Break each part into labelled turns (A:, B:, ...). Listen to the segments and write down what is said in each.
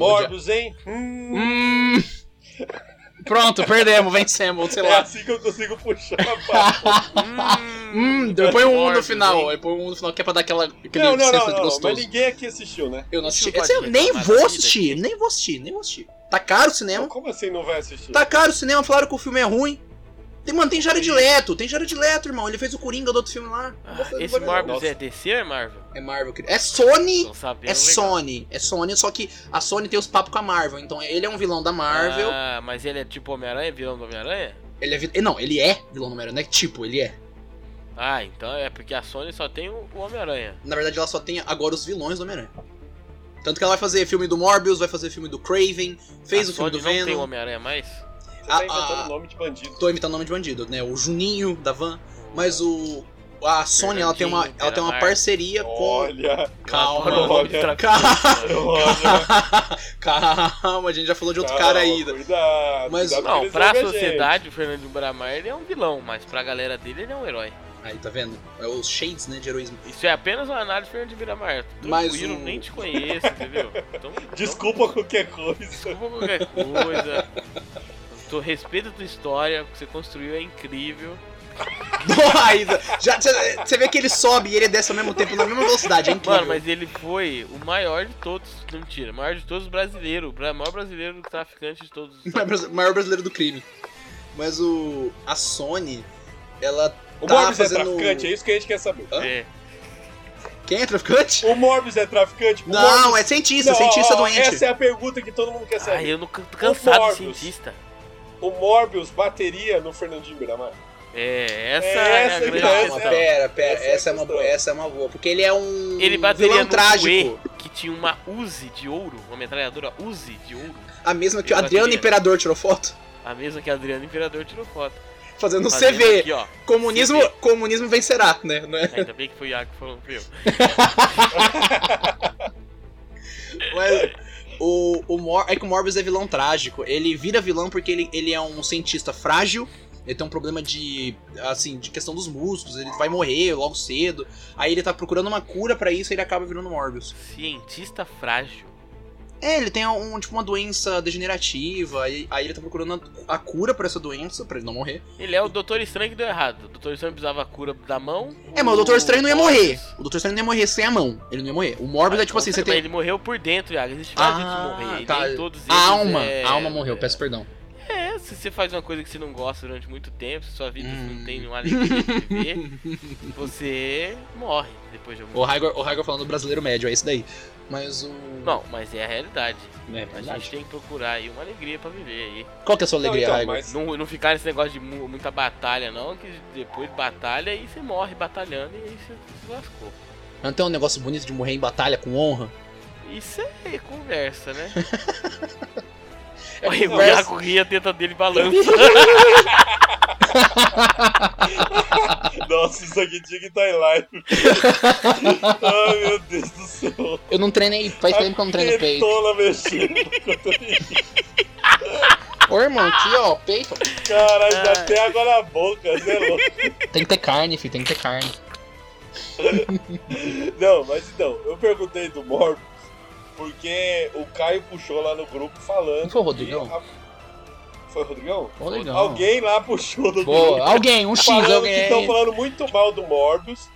A: Morbius, hein?
B: Hum. Pronto, perdemos, vencemos, sei
A: É
B: lá.
A: assim que eu consigo puxar a papo.
B: Hum, eu ponho um no
C: Morbius,
B: final.
C: hein?
B: Eu ponho um no final que é pra dar aquela, aquele
A: Não, não, não,
B: senso de
A: não, Mas
B: gostoso.
A: ninguém aqui assistiu, né?
B: Eu não
C: Isso
B: assisti.
C: não
B: Esse eu
C: pode
B: nem
C: reclamar
B: vou
C: da
B: assistir, nem vou assistir, nem vou assistir. Tá caro o cinema.
A: Como assim não vai assistir?
B: Tá caro o cinema, falaram que o filme é ruim. Tem, mano, tem Jared Leto, tem Jared Leto, irmão. Ele fez o Coringa do outro filme lá. Não vou-
C: Ah,
B: não
C: esse
B: vou ver, não.
C: Morbius
A: Nossa.
C: é DC ou é Marvel?
B: É Marvel, querido. É Sony!
C: Não sabendo.
B: É
C: legal.
B: Sony. É Sony, só que a Sony tem os papos com a Marvel. Então ele é um vilão da Marvel.
C: Ah, mas ele é tipo Homem-Aranha, vilão do Homem-Aranha?
B: Ele é vi- Não, ele é vilão do Homem-Aranha. Não é que tipo, ele é.
C: Ah, então é porque a Sony só tem o o Homem-Aranha.
B: Na verdade, ela só tem agora os vilões do Homem-Aranha. Tanto que ela vai fazer filme do Morbius, vai fazer filme do Craven, fez
C: a
B: o filme
C: Sony
B: do
C: não tem o
B: Venom.
C: Homem-Aranha mais?
A: Você tá
B: Ah,
A: inventando
B: ah.
A: nome de bandido.
B: Tô imitando o nome de bandido, né? O Juninho da Van. Mas o. A Sony, ela tem uma,
C: Fernandinho,
B: ela tem uma
C: Beira-Mar.
B: parceria com.
A: Olha,
C: Adoro o
B: Calma.
C: nome de
A: olha.
C: traficante, mano.
A: olha.
B: Calma, a gente já falou de outro cara aí. né?
A: Cuidado,
B: Mas-
A: cuidado que
C: Não,
A: eles
C: pra
A: vão ver a
C: sociedade, o Fernando Bramar ele é um vilão, mas pra galera dele ele é um herói.
B: Aí, tá vendo? É os shades, né, de heroísmo.
C: Isso é apenas uma análise do Fernando Bramar. Tranquilo,
B: Mas o-
C: nem te conheço, entendeu? Então,
A: gente. Desculpa qualquer coisa.
C: Então, desculpa qualquer coisa. Tô respeito a tua história, o que você construiu é incrível.
B: Aí, já, já- você vê que ele sobe e ele desce ao mesmo tempo, na mesma velocidade, é incrível.
C: Mano, mas ele foi o maior de todos. Não, mentira, o maior de todos brasileiro. O bra- maior brasileiro traficante de todos. os
B: Maior
C: Estados
B: brasi- maior brasileiro do crime. Mas o. A Sony, ela.
A: O
B: tá
A: Morbius é
B: fazendo...
A: traficante, é isso que a gente quer saber.
B: Hã?
C: Unidos. É.
B: Quem é traficante?
A: O Morbius é traficante? O
B: Não,
A: Morbius-
B: é cientista,
A: Não,
B: cientista
A: ó, ó,
B: doente.
A: Essa é a pergunta que todo mundo quer
B: é
C: Ah,
A: saber.
C: eu não can- tô cansado de
A: Morbius.
C: cientista.
A: O Morbius bateria no Fernandinho Miramar?
C: É, essa
A: É
C: é,
A: essa
C: a
A: que
C: grande
A: tá, essa
B: Calma,
C: questão.
B: pera, pera,
A: essa é a
B: então, essa é uma
A: questão.
B: boa, essa é uma boa, porque ele é um
C: Ele bateria
B: vilão
C: no
B: trágico.
C: UE, que tinha uma Uzi de ouro, uma metralhadora Uzi de ouro.
B: A mesma que o
C: Ele
B: Adriano
C: bateria.
B: Imperador tirou foto,
C: A mesma que Adriano Imperador tirou foto.
B: fazendo um
C: Fazendo
B: CV.
C: Aqui, ó.
B: Comunismo,
C: CV.
B: comunismo vencerá, né? Não é?
C: Ainda bem que foi o Iago que falou que foi eu.
B: Mas o, o Mor é que o Morbius é vilão trágico. Ele vira vilão porque ele, ele é um cientista frágil. Ele tem um problema de, assim, de questão dos músculos. Ele vai morrer logo cedo. Aí ele tá procurando uma cura pra isso e ele acaba virando Morbius.
C: Cientista frágil.
B: É, ele tem um, tipo, uma doença degenerativa. Aí, aí ele tá procurando a, a cura pra essa doença, pra ele não morrer.
C: Ele é o Doutor Estranho que deu errado. O Doutor Estranho precisava a cura da mão.
B: É, mas o Doutor Estranho não ia morrer.
C: Morbius-
B: O Doutor Estranho não ia morrer sem a mão. Ele não ia morrer. O Morbius é tipo
C: Não,
B: assim, você
C: mas
B: tem...
C: Ele morreu por dentro, Iago. Existe vários jeitos
B: Ah,
C: de morrer. E
B: tá.
C: nem todos eles
B: A alma,
C: é-
B: a alma morreu, peço perdão.
C: É, se você faz uma coisa que você não gosta durante muito tempo, se sua vida
B: Hum.
C: não tem uma alegria de viver, você morre depois de algum
B: O Raigor, o Raigor falando do brasileiro médio, é isso daí. Mas o...
C: Não, mas é a realidade.
B: É
C: A gente tem que procurar aí uma alegria pra viver aí.
B: Qual que é a sua
A: Não,
B: alegria,
A: então,
B: Raigor?
A: mas-
C: Não, não ficar nesse negócio de mu- muita batalha, não, que depois batalha e você morre batalhando e aí você se lascou.
B: Não tem um negócio bonito de morrer em batalha com honra?
C: Isso é conversa, né?
B: É
C: Olha, o
B: conversa.
C: Iago ri, a teta dele balança.
A: Nossa, isso aqui tinha que tá em live. Ai, meu Deus do céu.
B: Eu não treinei, faz tempo que eu não treino peito.
A: Tola mexendo. enquanto eu ri.
B: Ô irmão, aqui ó, peito.
A: Caralho,
B: É.
A: dá
C: Ai.
A: até água na boca, você é louco.
B: Tem que ter carne, filho, tem que ter carne.
A: Não, mas então, eu perguntei do Morbius porque o Caio puxou lá no grupo falando.
B: Não foi o Rodrigão?
A: que a- Foi o Rodrigão?
B: Ô, legal.
A: Alguém lá puxou no
B: Boa,
A: grupo.
B: alguém, um X,
A: Falando que
B: alguém.
A: estão falando muito mal do Morbius,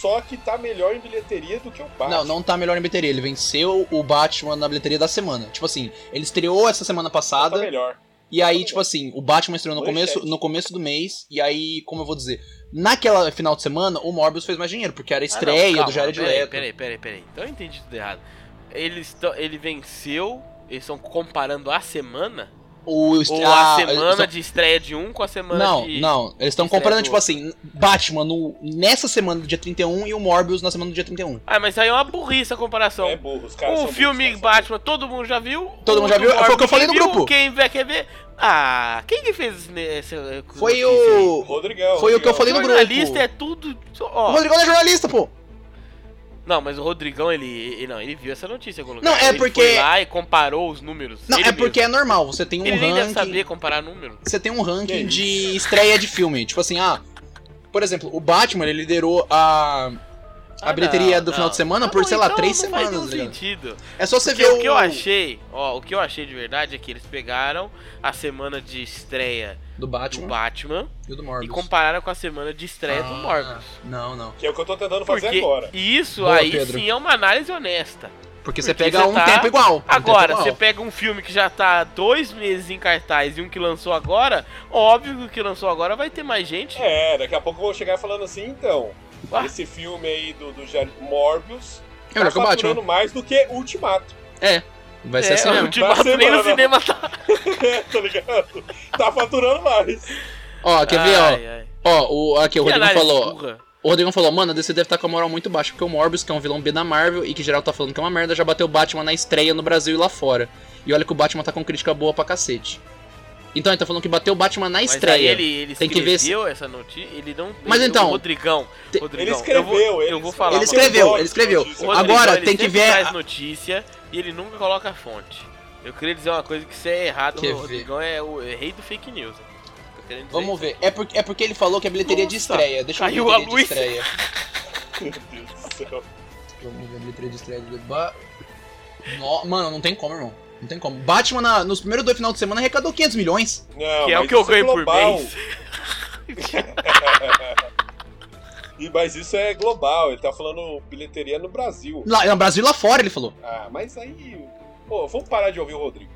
A: só que tá melhor em bilheteria do que o Batman.
B: Não, não tá melhor na bilheteria. Ele venceu o Batman na bilheteria da semana. Tipo assim, ele estreou essa semana
A: tá
B: passada.
A: melhor.
B: E aí, tipo assim, o Batman estreou no
A: Manchete.
B: começo, no começo do mês. E aí, como eu vou dizer? Naquela final de semana, o Morbius fez mais dinheiro, porque era a
C: Ah, não,
B: estreia
C: calma,
B: do Jared
C: peraí,
B: Leto.
C: Peraí, peraí, peraí. Então eu entendi tudo errado. Eles tão- ele venceu, eles estão comparando a semana?
B: Ou
C: Ou
B: ah,
C: a
B: eles
C: semana
B: tão-
C: de estreia de um com a semana
B: Não,
C: de...
B: não. Eles estão
C: estreia
B: comparando,
C: do
B: tipo assim, Batman no, nessa semana do dia 31 e um. o Morbius na semana do dia 31.
C: Ah, mas aí é uma burrice a comparação.
A: é burro, os caras
C: o
A: são
C: Então, um filme
A: burros, tá cara,
C: Batman, todo mundo já viu?
B: Todo mundo já
C: do
B: viu? Foi o que eu
C: Morbius,
B: falei
C: quem
B: no
C: viu?
B: grupo.
C: Quem vai quer ver? Ah, quem que fez esse... esse-
B: Foi
C: notícia aí?
A: são-
B: o.
A: Rodrigão.
B: Foi o que eu
A: Rodrigão.
B: falei no grupo.
C: Jornalista é tudo...
B: O
C: Ó,
B: Rodrigão não é jornalista, pô.
C: Não, mas o Rodrigão, ele, ele- não, ele viu essa notícia em algum lugar.
B: Não, é
C: ele
B: porque-
C: foi lá e comparou os números.
B: Não,
C: ele
B: é porque é normal. Você tem um
C: mesmo. Ele nem deve
B: ranking.
C: saber comparar números.
B: Você tem um
A: Que
B: ranking
A: isso.
B: de estreia de filme. Tipo assim, ah. Por exemplo, o Batman, ele liderou a. a bilheteria do final de semana Ah, por, sei lá, três
C: Ah, Não
B: semanas.
C: faz
B: tá
C: nenhum
B: ligado?
C: sentido.
B: É só você
C: Porque
B: ver
C: o que eu achei, ó, o que eu achei de verdade é que eles pegaram a semana de estreia
B: do
C: do
B: Batman
C: Batman
B: e o do
C: e
B: Morbius.
C: compararam com a semana de estreia do
B: Ah,
C: Morbius.
B: Não, não.
A: Que é o que eu tô tentando fazer
C: Porque
A: agora.
C: isso
B: Boa,
C: aí
B: Pedro.
C: sim é uma análise honesta.
B: Porque você
C: Porque
B: pega
C: você
B: um
C: tá-
B: tempo igual. um
C: Agora,
B: tempo
C: você
B: igual.
C: pega um filme que já tá dois meses em cartaz e um que lançou agora, óbvio que o que lançou agora vai ter mais gente.
A: É, daqui a pouco eu vou chegar falando assim, então.
C: Uá.
A: Esse filme aí do, do Jared Morbius tá
B: É melhor que
C: tá
B: o Batman.
A: faturando mais do que Ultimato.
B: Vai ser assim
C: É, o
B: mesmo.
C: Ultimato
A: Vai ser,
C: nem no
A: mano.
C: cinema tá.
A: tá ligado? Tá faturando mais.
B: Ó, quer ver, ó.
C: Ai, ai.
B: Ó, o, aqui, o
C: Que
B: Rodrigo
C: análise
B: falou.
C: burra.
B: O Rodrigão falou, mano, a DC deve estar com a moral muito baixa, porque o Morbius, que é um vilão B da Marvel e que geral tá falando que é uma merda, já bateu o Batman na estreia no Brasil e lá fora. E olha que o Batman tá com crítica boa pra cacete. Então, ele tá falando que bateu o Batman na
C: Mas
B: estreia.
C: aí ele, ele
B: Tem que ver se-
C: escreveu essa notícia, ele não...
B: Mas
C: ele-
B: então-
C: O Rodrigão,
B: Te-
C: Rodrigão,
A: Ele escreveu,
C: eu vou,
A: ele
C: eu vou falar
B: Ele
C: uma
A: escreveu. um
B: escreveu,
A: Olha,
B: ele escreveu.
A: notícia.
C: O Rodrigão,
B: Agora,
C: ele
B: tem que
C: sempre
B: ver
C: traz
B: a-
C: notícia e ele nunca coloca a fonte. Eu queria dizer uma coisa que se é errado,
B: Quer
C: o
B: ver?
C: Rodrigão é o é rei do fake news. né? Tô querendo dizer
B: Vamos
C: isso.
B: ver. É porque, é porque ele falou que é bilheteria de
C: Nossa,
B: estreia. Deixa eu ver
C: caiu a
B: bilheteria
C: luz.
B: de estreia.
A: Meu Deus do céu.
B: Vamos ver a bilheteria de estreia do Batman. Mano, não tem como, irmão. Não tem como. Batman, na- nos primeiros dois final de semana, arrecadou 500 milhões.
A: Não,
C: Que é o
A: mas
C: que eu
A: isso
C: ganho por
A: global.
C: mês.
A: E, mas isso é global, ele tá falando bilheteria no Brasil.
B: Lá, no Brasil e lá fora, ele falou.
A: Ah, mas aí. Pô, vamos parar de ouvir o Rodrigo.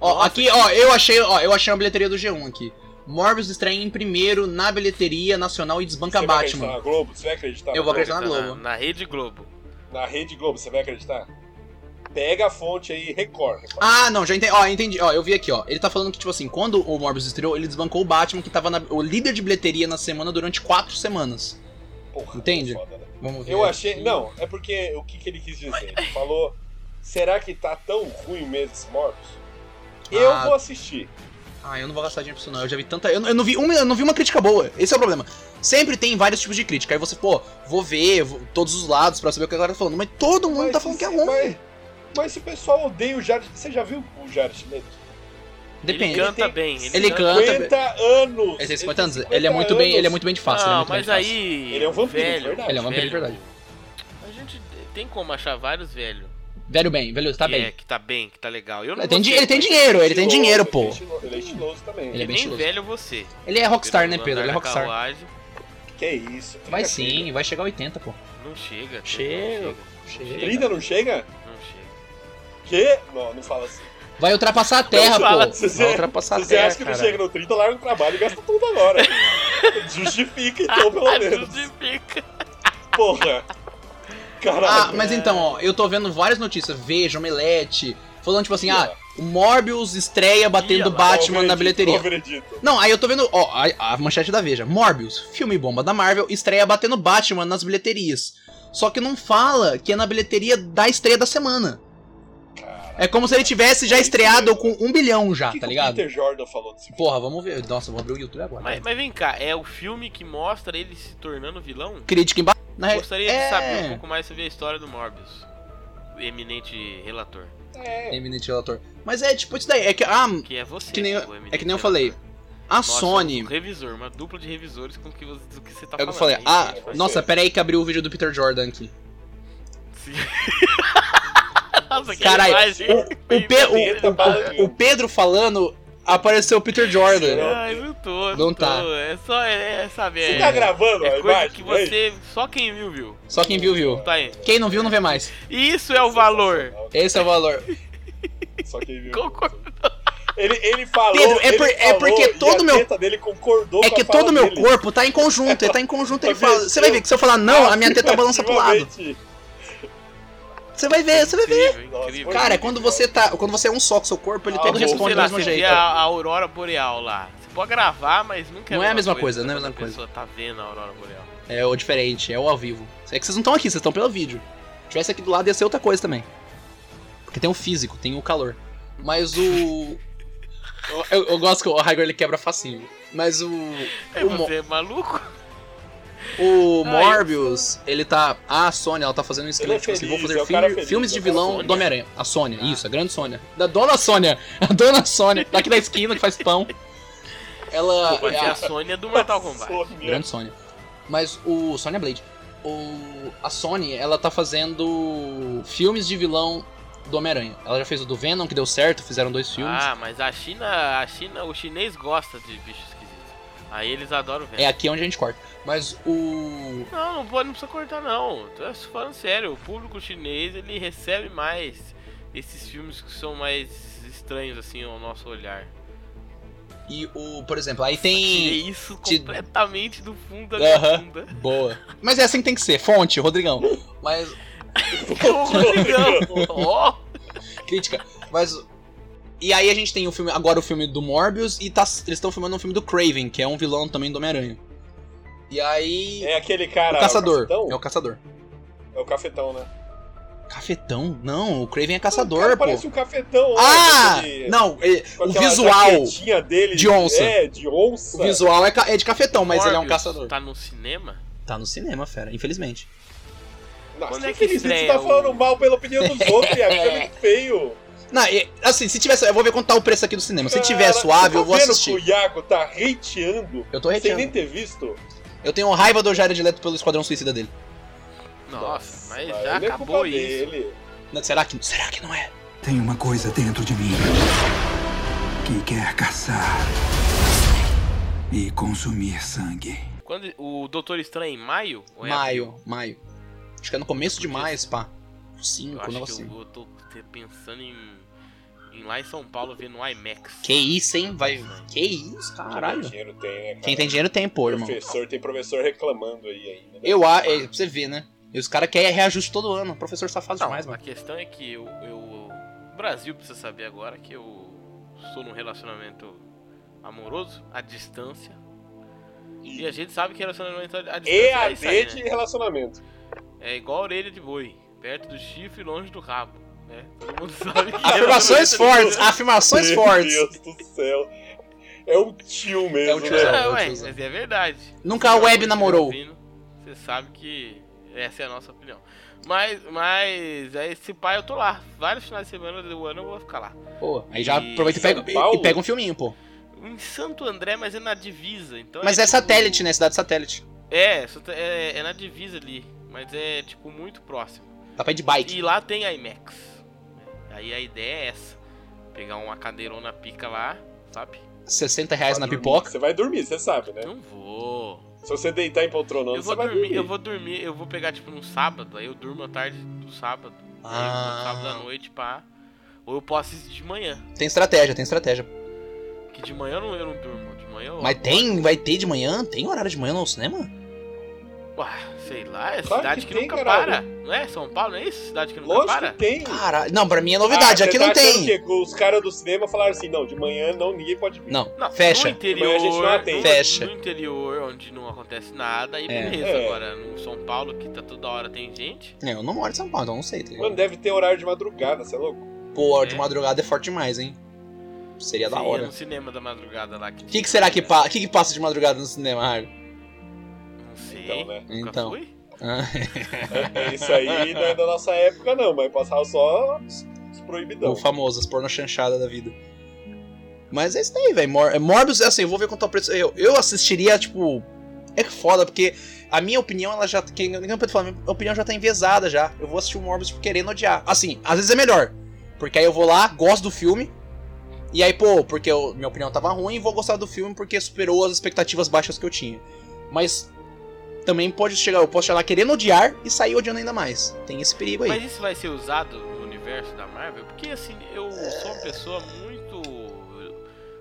B: Ó,
C: Nossa,
B: aqui, ó, eu achei, ó, eu achei a bilheteria do G1 aqui. Morbius estreia em primeiro na bilheteria nacional e desbanca
A: você vai acreditar
B: Batman.
A: na Globo? Você vai acreditar?
B: Eu vou
A: na Globo?
B: acreditar na Globo.
C: Tá Na Rede Globo.
A: Na Rede Globo, você vai acreditar? Pega a fonte aí, Record. Record.
B: Ah, não, já entendi. Ó, entendi. Ó, eu vi aqui, ó. Ele tá falando que, tipo assim, quando o Morbius estreou, ele desbancou o Batman, que tava na- o líder de bilheteria na semana durante quatro semanas.
A: Porra,
B: entende?
A: foda, né?
B: Vamos ver.
A: Eu achei.
B: aqui.
A: Não, é porque o que, que ele quis dizer? Ele falou: será que tá tão ruim mesmo esse Morbius? Eu
B: Ah.
A: vou assistir.
B: Ah, eu não vou gastar dinheiro pra isso, não. Eu já vi tanta. Eu, não- eu não vi uma, eu não vi uma crítica boa. Esse é o problema. Sempre tem vários tipos de crítica. Aí você, pô, vou ver vou- todos os lados pra saber o que a galera tá falando. Mas todo mundo
A: Mas
B: tá falando que é
A: se-
B: ruim.
A: Mas, mas se o pessoal odeia o Jared. Você já viu o Jared Leto?
B: Depende.
C: Ele canta
A: Ele tem-
C: bem.
B: ele canta-
A: 50 anos!
B: Ele tem 50
A: tem
B: anos. Ele Ah, é muito bem, ele é muito bem de face. ele é
C: Não,
B: muito bem
C: Ah, mas
B: de face.
C: aí...
A: Ele é um vampiro, de
C: velho,
A: verdade.
B: Ele é um vampiro de
C: velho,
B: verdade.
C: A gente tem como achar vários velho.
B: Velho bem, velho, tá
C: que É,
B: bem.
C: que tá bem, que tá legal. Eu não
B: Ele tem,
C: vou
B: di-
C: ser,
B: ele tem
C: mas
B: dinheiro, ele tem
A: Estiloso,
B: dinheiro,
A: Ele
B: pô.
A: é estiloso, ele é estiloso também.
B: Ele é bem
C: nem
B: estiloso.
C: velho você.
B: Ele é rockstar, né, Pedro? Ele é rockstar.
C: Carruagem,
A: Que isso? trinta
B: Vai
A: chega.
B: sim, vai chegar a 80, pô.
C: não chega. Pedro,
B: Chega.
C: Não
B: Chega.
A: trinta não chega?
C: chega. Não chega.
A: Que? Não, não fala assim.
B: Vai ultrapassar a terra,
A: fala,
B: pô.
A: se você-
B: Vai ultrapassar
A: Se
B: a
A: você
B: terra.
A: acha que não
B: Tá cara.
A: chega no 30, larga o trabalho e gasta tudo agora. Justifica então, pelo menos.
C: Justifica.
A: Porra.
B: Ah,
A: Caralho.
B: mas então, ó, eu tô vendo várias notícias. Veja, Omelete. Falando, tipo assim, ah, o Morbius estreia batendo
C: Ih, ó,
B: Batman na
A: O
B: bilheteria.
A: veredito.
B: Não, aí eu tô vendo, ó, a, a manchete da Veja. Morbius, filme bomba da Marvel, estreia batendo Batman nas bilheterias. Só que não fala que é na bilheteria da estreia da semana. É como se ele tivesse já
A: É isso
B: estreado
A: mesmo.
B: com um bilhão
A: O
B: já,
A: que
B: tá
A: que O
B: ligado?
A: Peter Jordan falou desse filme?
B: Porra, vamos ver. Nossa, eu vou abrir o YouTube agora.
C: Mas, mas vem cá, é o filme que mostra ele se tornando vilão?
B: Crítica embaixo. Na re-
C: Gostaria
B: é.
C: de saber um pouco mais sobre a história do Morbius, o eminente relator,
A: É.
B: Eminente relator. Mas é tipo isso daí. É que, ah,
C: que é você.
B: Que nem eu-
C: o eminente
B: é que nem eu
C: relator.
B: falei. a
C: Nossa,
B: Sony.
C: um revisor, uma dupla de revisores com o que você, do que você tá
B: É o que eu
C: falando.
B: falei.
C: É isso
B: Ah,
C: que a gente faz.
B: nossa, pera aí que abriu o vídeo do Peter Jordan aqui.
C: Sim. Nossa, que
B: Caralho,
C: imagem.
B: O, Pe- o- o- o- o Pedro falando, apareceu o Peter Jordan.
C: Ai, não tô, não,
B: Não
C: tô.
B: tá.
C: É só é, é saber.
A: Você tá gravando a
C: é coisa
A: imagem?
C: que
A: aí?
C: você. Só quem viu, viu.
B: Só quem viu, viu.
C: Tá aí.
B: Quem não viu, não vê mais.
C: Isso é o valor.
B: Esse é o valor.
A: Só quem viu.
C: Concordo.
A: Ele, ele falou.
B: Pedro, é por-
A: ele
B: é porque
A: falou e
B: todo
A: a
B: meu-
A: teta dele concordou
B: É
A: com a
B: que
A: fala
B: todo o meu
A: dele.
B: corpo tá em conjunto. Ele tá em conjunto, ele
A: Tá
B: fala.
A: vendo?
B: Você vai ver que se eu falar não, a minha teta balança pro lado.
A: Afirmativamente.
B: Você vai ver, você vai ver.
C: Incrível,
A: Nossa,
C: incrível.
A: foi
B: Cara, é quando você tá. Quando você é um só com seu corpo, ele
A: Ah,
B: todo
A: bom,
B: responde
C: sei
B: do
C: lá,
B: mesmo
C: você vê
B: jeito.
C: a, a aurora boreal lá. Você pode gravar, mas nunca
B: Não é a mesma coisa, não é a
C: quando
B: mesma coisa.
C: pessoa tá vendo a aurora boreal.
B: É o diferente, é o ao vivo. É que vocês não estão aqui, vocês estão pelo vídeo. Se tivesse aqui do lado ia ser outra coisa também. Porque tem o físico, tem o calor. Mas o. eu, eu- eu gosto que o Raigor ele quebra facinho. Mas o.
C: É,
B: O, Mo-
C: você é maluco?
B: o
C: Ah,
B: Morbius, ele tá. A Sony, ela tá fazendo um
A: Ele
B: esquema
A: é
B: tipo assim: vou
A: feliz,
B: fazer
A: é o
B: filme-
A: cara feliz,
B: filmes
A: é
B: de
A: o Ah. cara
B: vilão
A: Sônia.
B: do Homem-Aranha. A Sônia, isso, a grande Sônia. Da dona Sônia. A dona Sônia, daqui da esquina que faz pão. Ela.
C: Pode
B: é
C: ser
B: a-
C: a Sônia do Mortal Kombat.
A: Sônia.
B: Grande Sônia. Mas o Sônia Blade. o, a Sony, ela tá fazendo filmes de vilão do Homem-Aranha. Ela já fez o do Venom, que deu certo, fizeram dois filmes.
C: Ah, mas a China, a China, o chinês gosta de bicho esquisito. Aí eles adoram ver.
B: É aqui onde a gente corta. Mas o.
C: Não, não, pode, não precisa cortar não. Tô falando sério, o público chinês ele recebe mais esses filmes que são mais estranhos assim ao nosso olhar.
B: E o. Por exemplo, aí
C: Tirei
B: tem.
C: é isso
B: te-
C: completamente do fundo da minha
B: Aham.
C: bunda.
B: Boa. Mas é assim que tem que ser. Fonte, Rodrigão. Mas.
C: Ô, Rodrigão, ó,
B: Crítica. Mas. E aí a gente tem o filme. Agora o filme do Morbius e tá- eles estão filmando um filme do Craven, que é um vilão também do Homem-Aranha. E aí.
A: É aquele cara.
B: o caçador.
A: É o
B: É o
A: cafetão,
B: caçador.
A: é o cafetão né?
B: Cafetão? Não, o Craven é
A: O
B: caçador,
A: cara
B: pô.
A: Parece um cafetão.
B: Ah!
A: né?
B: Não, é-
A: Com
B: o
A: aquela
B: visual.
A: jaquetinha dele,
B: de onça.
A: É, de onça.
B: O visual é, ca- é de cafetão, mas ele é um
C: Morbius
B: caçador.
C: Tá no cinema?
B: Tá no cinema, fera, infelizmente.
A: Nossa,
C: Quando é que
A: infelizmente você
C: estreia
A: tá falando
C: o-
A: mal pela opinião dos outros, Iago. Isso é muito feio.
B: Não, e- assim, se tiver. Eu vou ver quanto tá o preço aqui do cinema. Se tiver
A: Cara,
B: suave,
A: tá
B: eu vou
A: vendo que
B: assistir.
A: o Iago tá hateando
B: Eu tô
A: sem nem
B: retendo.
A: ter visto.
B: Eu tenho raiva do Jared Leto pelo Esquadrão Suicida dele.
C: Nossa, mas
A: cara,
C: já
A: ele é
C: acabou
A: culpa
C: isso.
A: dele.
B: Não, Será que, será que não é?
D: Tem uma coisa dentro de mim que quer caçar e consumir sangue.
C: Quando o Doutor Estranho é em maio? Ou é abril?
B: Maio, maio. Acho que é no começo de maio, esse pá.
C: Eu
B: Cinco, um
C: acho
B: negócio
C: que
B: assim.
C: eu, eu tô te- pensando em, em lá em São Paulo ver no IMAX.
B: Que isso, hein? Vai. Que isso,
A: Quem
B: caralho.
A: tem dinheiro tem, né, cara?
B: Quem tem dinheiro tem, pô, irmão.
A: Professor, tem professor reclamando aí ainda. né?
B: Eu acho. É, pra você ver, né? E os caras querem reajuste todo ano. O professor safado
C: Não,
B: demais,
C: a
B: mano.
C: questão é que eu, eu- o Brasil precisa saber agora que eu estou num relacionamento amoroso à distância. E a gente sabe que relacionamento à à distância é isso aí,
A: EAD
C: né?
A: de relacionamento.
C: é igual a orelha de boi, perto do chifre e longe do rabo, né? Todo mundo sabe que
B: Afirmações
C: relacionamento-
B: fortes, afirmações
A: Meu
B: fortes.
A: Deus do céu. É um tio mesmo,
B: É um tio,
A: né?
B: é.
C: Ah, ué,
B: tiozão.
C: mas é verdade.
B: Nunca a
C: Então,
B: web
C: você
B: namorou.
C: tá ouvindo, Você sabe que essa é a nossa opinião. Mas, mas é esse pai eu tô lá. Vários finais de semana do ano eu vou ficar lá.
B: Pô, aí já
C: E
B: aproveita e
A: São
B: pega, e,
A: Paulo?
B: e pega um filminho, pô.
C: Em Santo André, mas é na divisa. Então
B: Mas é
C: tipo-
B: satélite, né? Cidade satélite.
C: É, só tá- é, é na divisa ali. Mas é tipo muito próximo.
B: Dá pra ir de bike.
C: E lá tem IMAX. Aí a ideia é essa. Pegar uma cadeirona pica lá, sabe?
B: 60 reais na
A: Vai dormir.
B: pipoca.
A: Você vai dormir, você sabe, né?
C: Não vou.
A: Se você deitar em poltrona, você
C: Eu vou
A: vai
C: dormir,
A: dormir.
C: eu vou dormir, eu vou pegar tipo num sábado, aí eu durmo a tarde do sábado. Aí eu vou no sábado à
B: Ah,
C: noite, pá. Ou eu posso assistir de manhã.
B: tem estratégia, tem estratégia.
C: Que de manhã eu não, eu não durmo. De manhã eu.
B: Mas tem, vai ter de manhã? Tem horário de manhã no cinema?
C: Ué, sei lá, é
A: Claro
C: cidade
A: que
C: que,
A: tem,
C: nunca
A: caralho.
C: para. Não é? São Paulo, não é isso? Cidade que nunca
A: Lógico
C: para?
A: que tem.
B: Caralho, não, pra mim é novidade,
A: Ah,
B: aqui
A: você
B: não
A: tá achando
B: tem.
A: que os caras do cinema falaram assim, não, de manhã não, ninguém pode vir.
B: Não,
C: Não,
B: fecha.
C: No interior,
A: De manhã a gente não atende.
C: no-
B: Fecha.
C: No, interior, onde não acontece nada, aí
B: É.
C: beleza.
A: É.
C: Agora, no São Paulo, que tá toda hora tem gente.
B: É, Eu não moro em São Paulo, então não sei. Tá ligado?
A: Mano, deve ter horário de madrugada, você é louco?
B: Pô, de
C: É. né?
B: madrugada é forte demais, hein? Seria da
C: Você ia
B: hora.
C: no cinema da madrugada lá. O
B: O que, que será que, pa que, que passa de madrugada no cinema, Harry?
C: Não sei.
A: Então, né?
C: Nunca
B: Então.
C: fui?
B: Ah,
A: Isso aí não é da nossa época, não, mas passava só os os proibidão.
B: o famoso, as porno chanchada da vida. Mas é isso daí, velho. Mor é Morbius, é assim, eu vou ver quanto é o preço. Eu, eu assistiria, tipo. É que foda, porque a minha opinião, ela já. Quem não pode falar, minha opinião já tá enviesada já. Eu vou assistir o Morbius tipo, querendo odiar. Assim, às vezes é melhor. Porque aí eu vou lá, gosto do filme. E aí, pô, porque eu- minha opinião tava ruim, vou gostar do filme porque superou as expectativas baixas que eu tinha. Mas também pode chegar, eu posso chegar lá querendo odiar e sair odiando ainda mais. Tem esse perigo aí.
C: Mas isso vai ser usado no universo da Marvel? Porque assim, eu sou uma pessoa muito.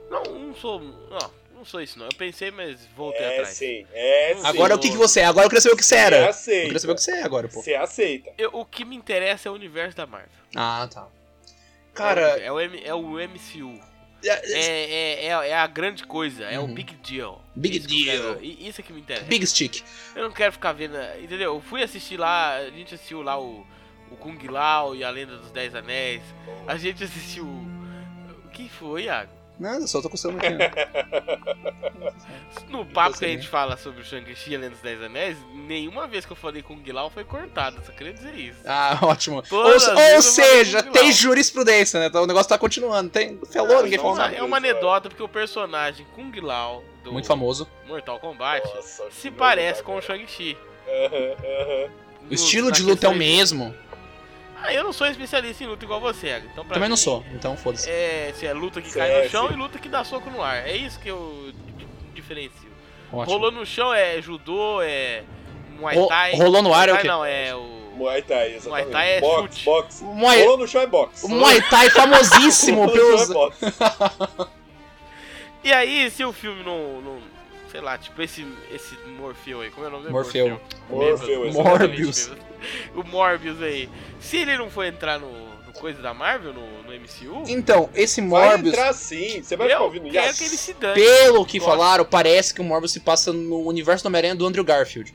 C: Não, não sou. Não, não sou isso não. Eu pensei, mas voltei
A: É
C: atrás.
A: sim, é sim.
B: Agora o que, que você é? Agora eu quero saber o que você
A: Você
B: era. Eu quero saber
A: aceita.
B: o que você é agora, pô.
A: Você aceita.
C: Eu- o que me interessa é o universo da Marvel.
B: Ah, tá. Cara,
C: É o, M- é o MCU.
B: é- é-
C: É, é, é, é a grande coisa. É
B: Uhum.
C: o big deal.
B: Big
C: Isso que eu
B: deal.
C: quero- i- Isso é que me interessa.
B: Big Stick.
C: Eu não quero ficar vendo. Entendeu? Eu fui assistir lá. A gente assistiu lá o, o Kung Lao e a Lenda dos Dez Anéis. A gente assistiu. O que foi, Iago?
B: Não, eu só tô coçando aqui. né?
C: No papo que a
B: Você,
C: gente fala sobre o Shang-Chi e a Lenda dos Dez Anéis, nenhuma vez que eu falei Kung Lao foi cortada, só queria dizer isso.
B: Ah, ótimo. Ou,
C: Todas as
B: ou
A: é
C: vezes eu falo
B: seja,
C: Kung
B: tem
C: Lao.
B: jurisprudência, né? Então o negócio tá continuando. Tem... Falou,
A: Ah,
B: ninguém
A: não,
B: falou
A: não.
B: nada.
C: É uma anedota porque o personagem Kung Lao do
B: Muito famoso.
C: Mortal Kombat
A: Nossa,
C: se
A: que
C: parece com um o
A: novidade,
C: Shang-Chi.
A: né? Aham, aham.
B: O estilo de luta é o mesmo.
C: Ah, eu não sou especialista em luta igual você, Aga. Então, pra
B: Também não
C: mim,
B: sou, então foda-se.
C: É, se é luta que
A: Sim,
C: cai
A: é,
C: no chão
A: sim.
C: e luta que dá soco no ar. É isso que eu di- diferencio.
A: É,
B: Ótimo.
C: Rolou no chão é judô, é muay
B: Ro-
C: thai.
B: rolou no ar é o
C: Muay Thai
B: quê?
C: Não, é o
A: Muay Thai, exatamente.
C: Muay Thai é
A: boxe,
C: chute.
A: boxe.
B: O Muay,
A: Rolou no chão é boxe.
B: o Muay Thai famosíssimo
A: Rolou no
B: pelos.
A: chão é boxe.
C: E aí, se o filme não, não- sei lá, tipo esse esse Morfeu aí, como é o nome dele?
B: Morfeu.
A: Morfeu,
C: Bêbado.
B: Morbius.
C: Bêbado. O Morbius aí. Se ele não for entrar no, no coisa da Marvel, no, no MCU,
B: Então, esse
A: Vai
B: Morbius,
A: entrar sim. Você vai ficar
C: eu
A: ouvindo
C: quero que ele
A: isso.
C: se dane.
B: pelo que
C: Gosto.
B: falaram, parece que o Morbius se passa no universo do Homem-Aranha do Andrew Garfield.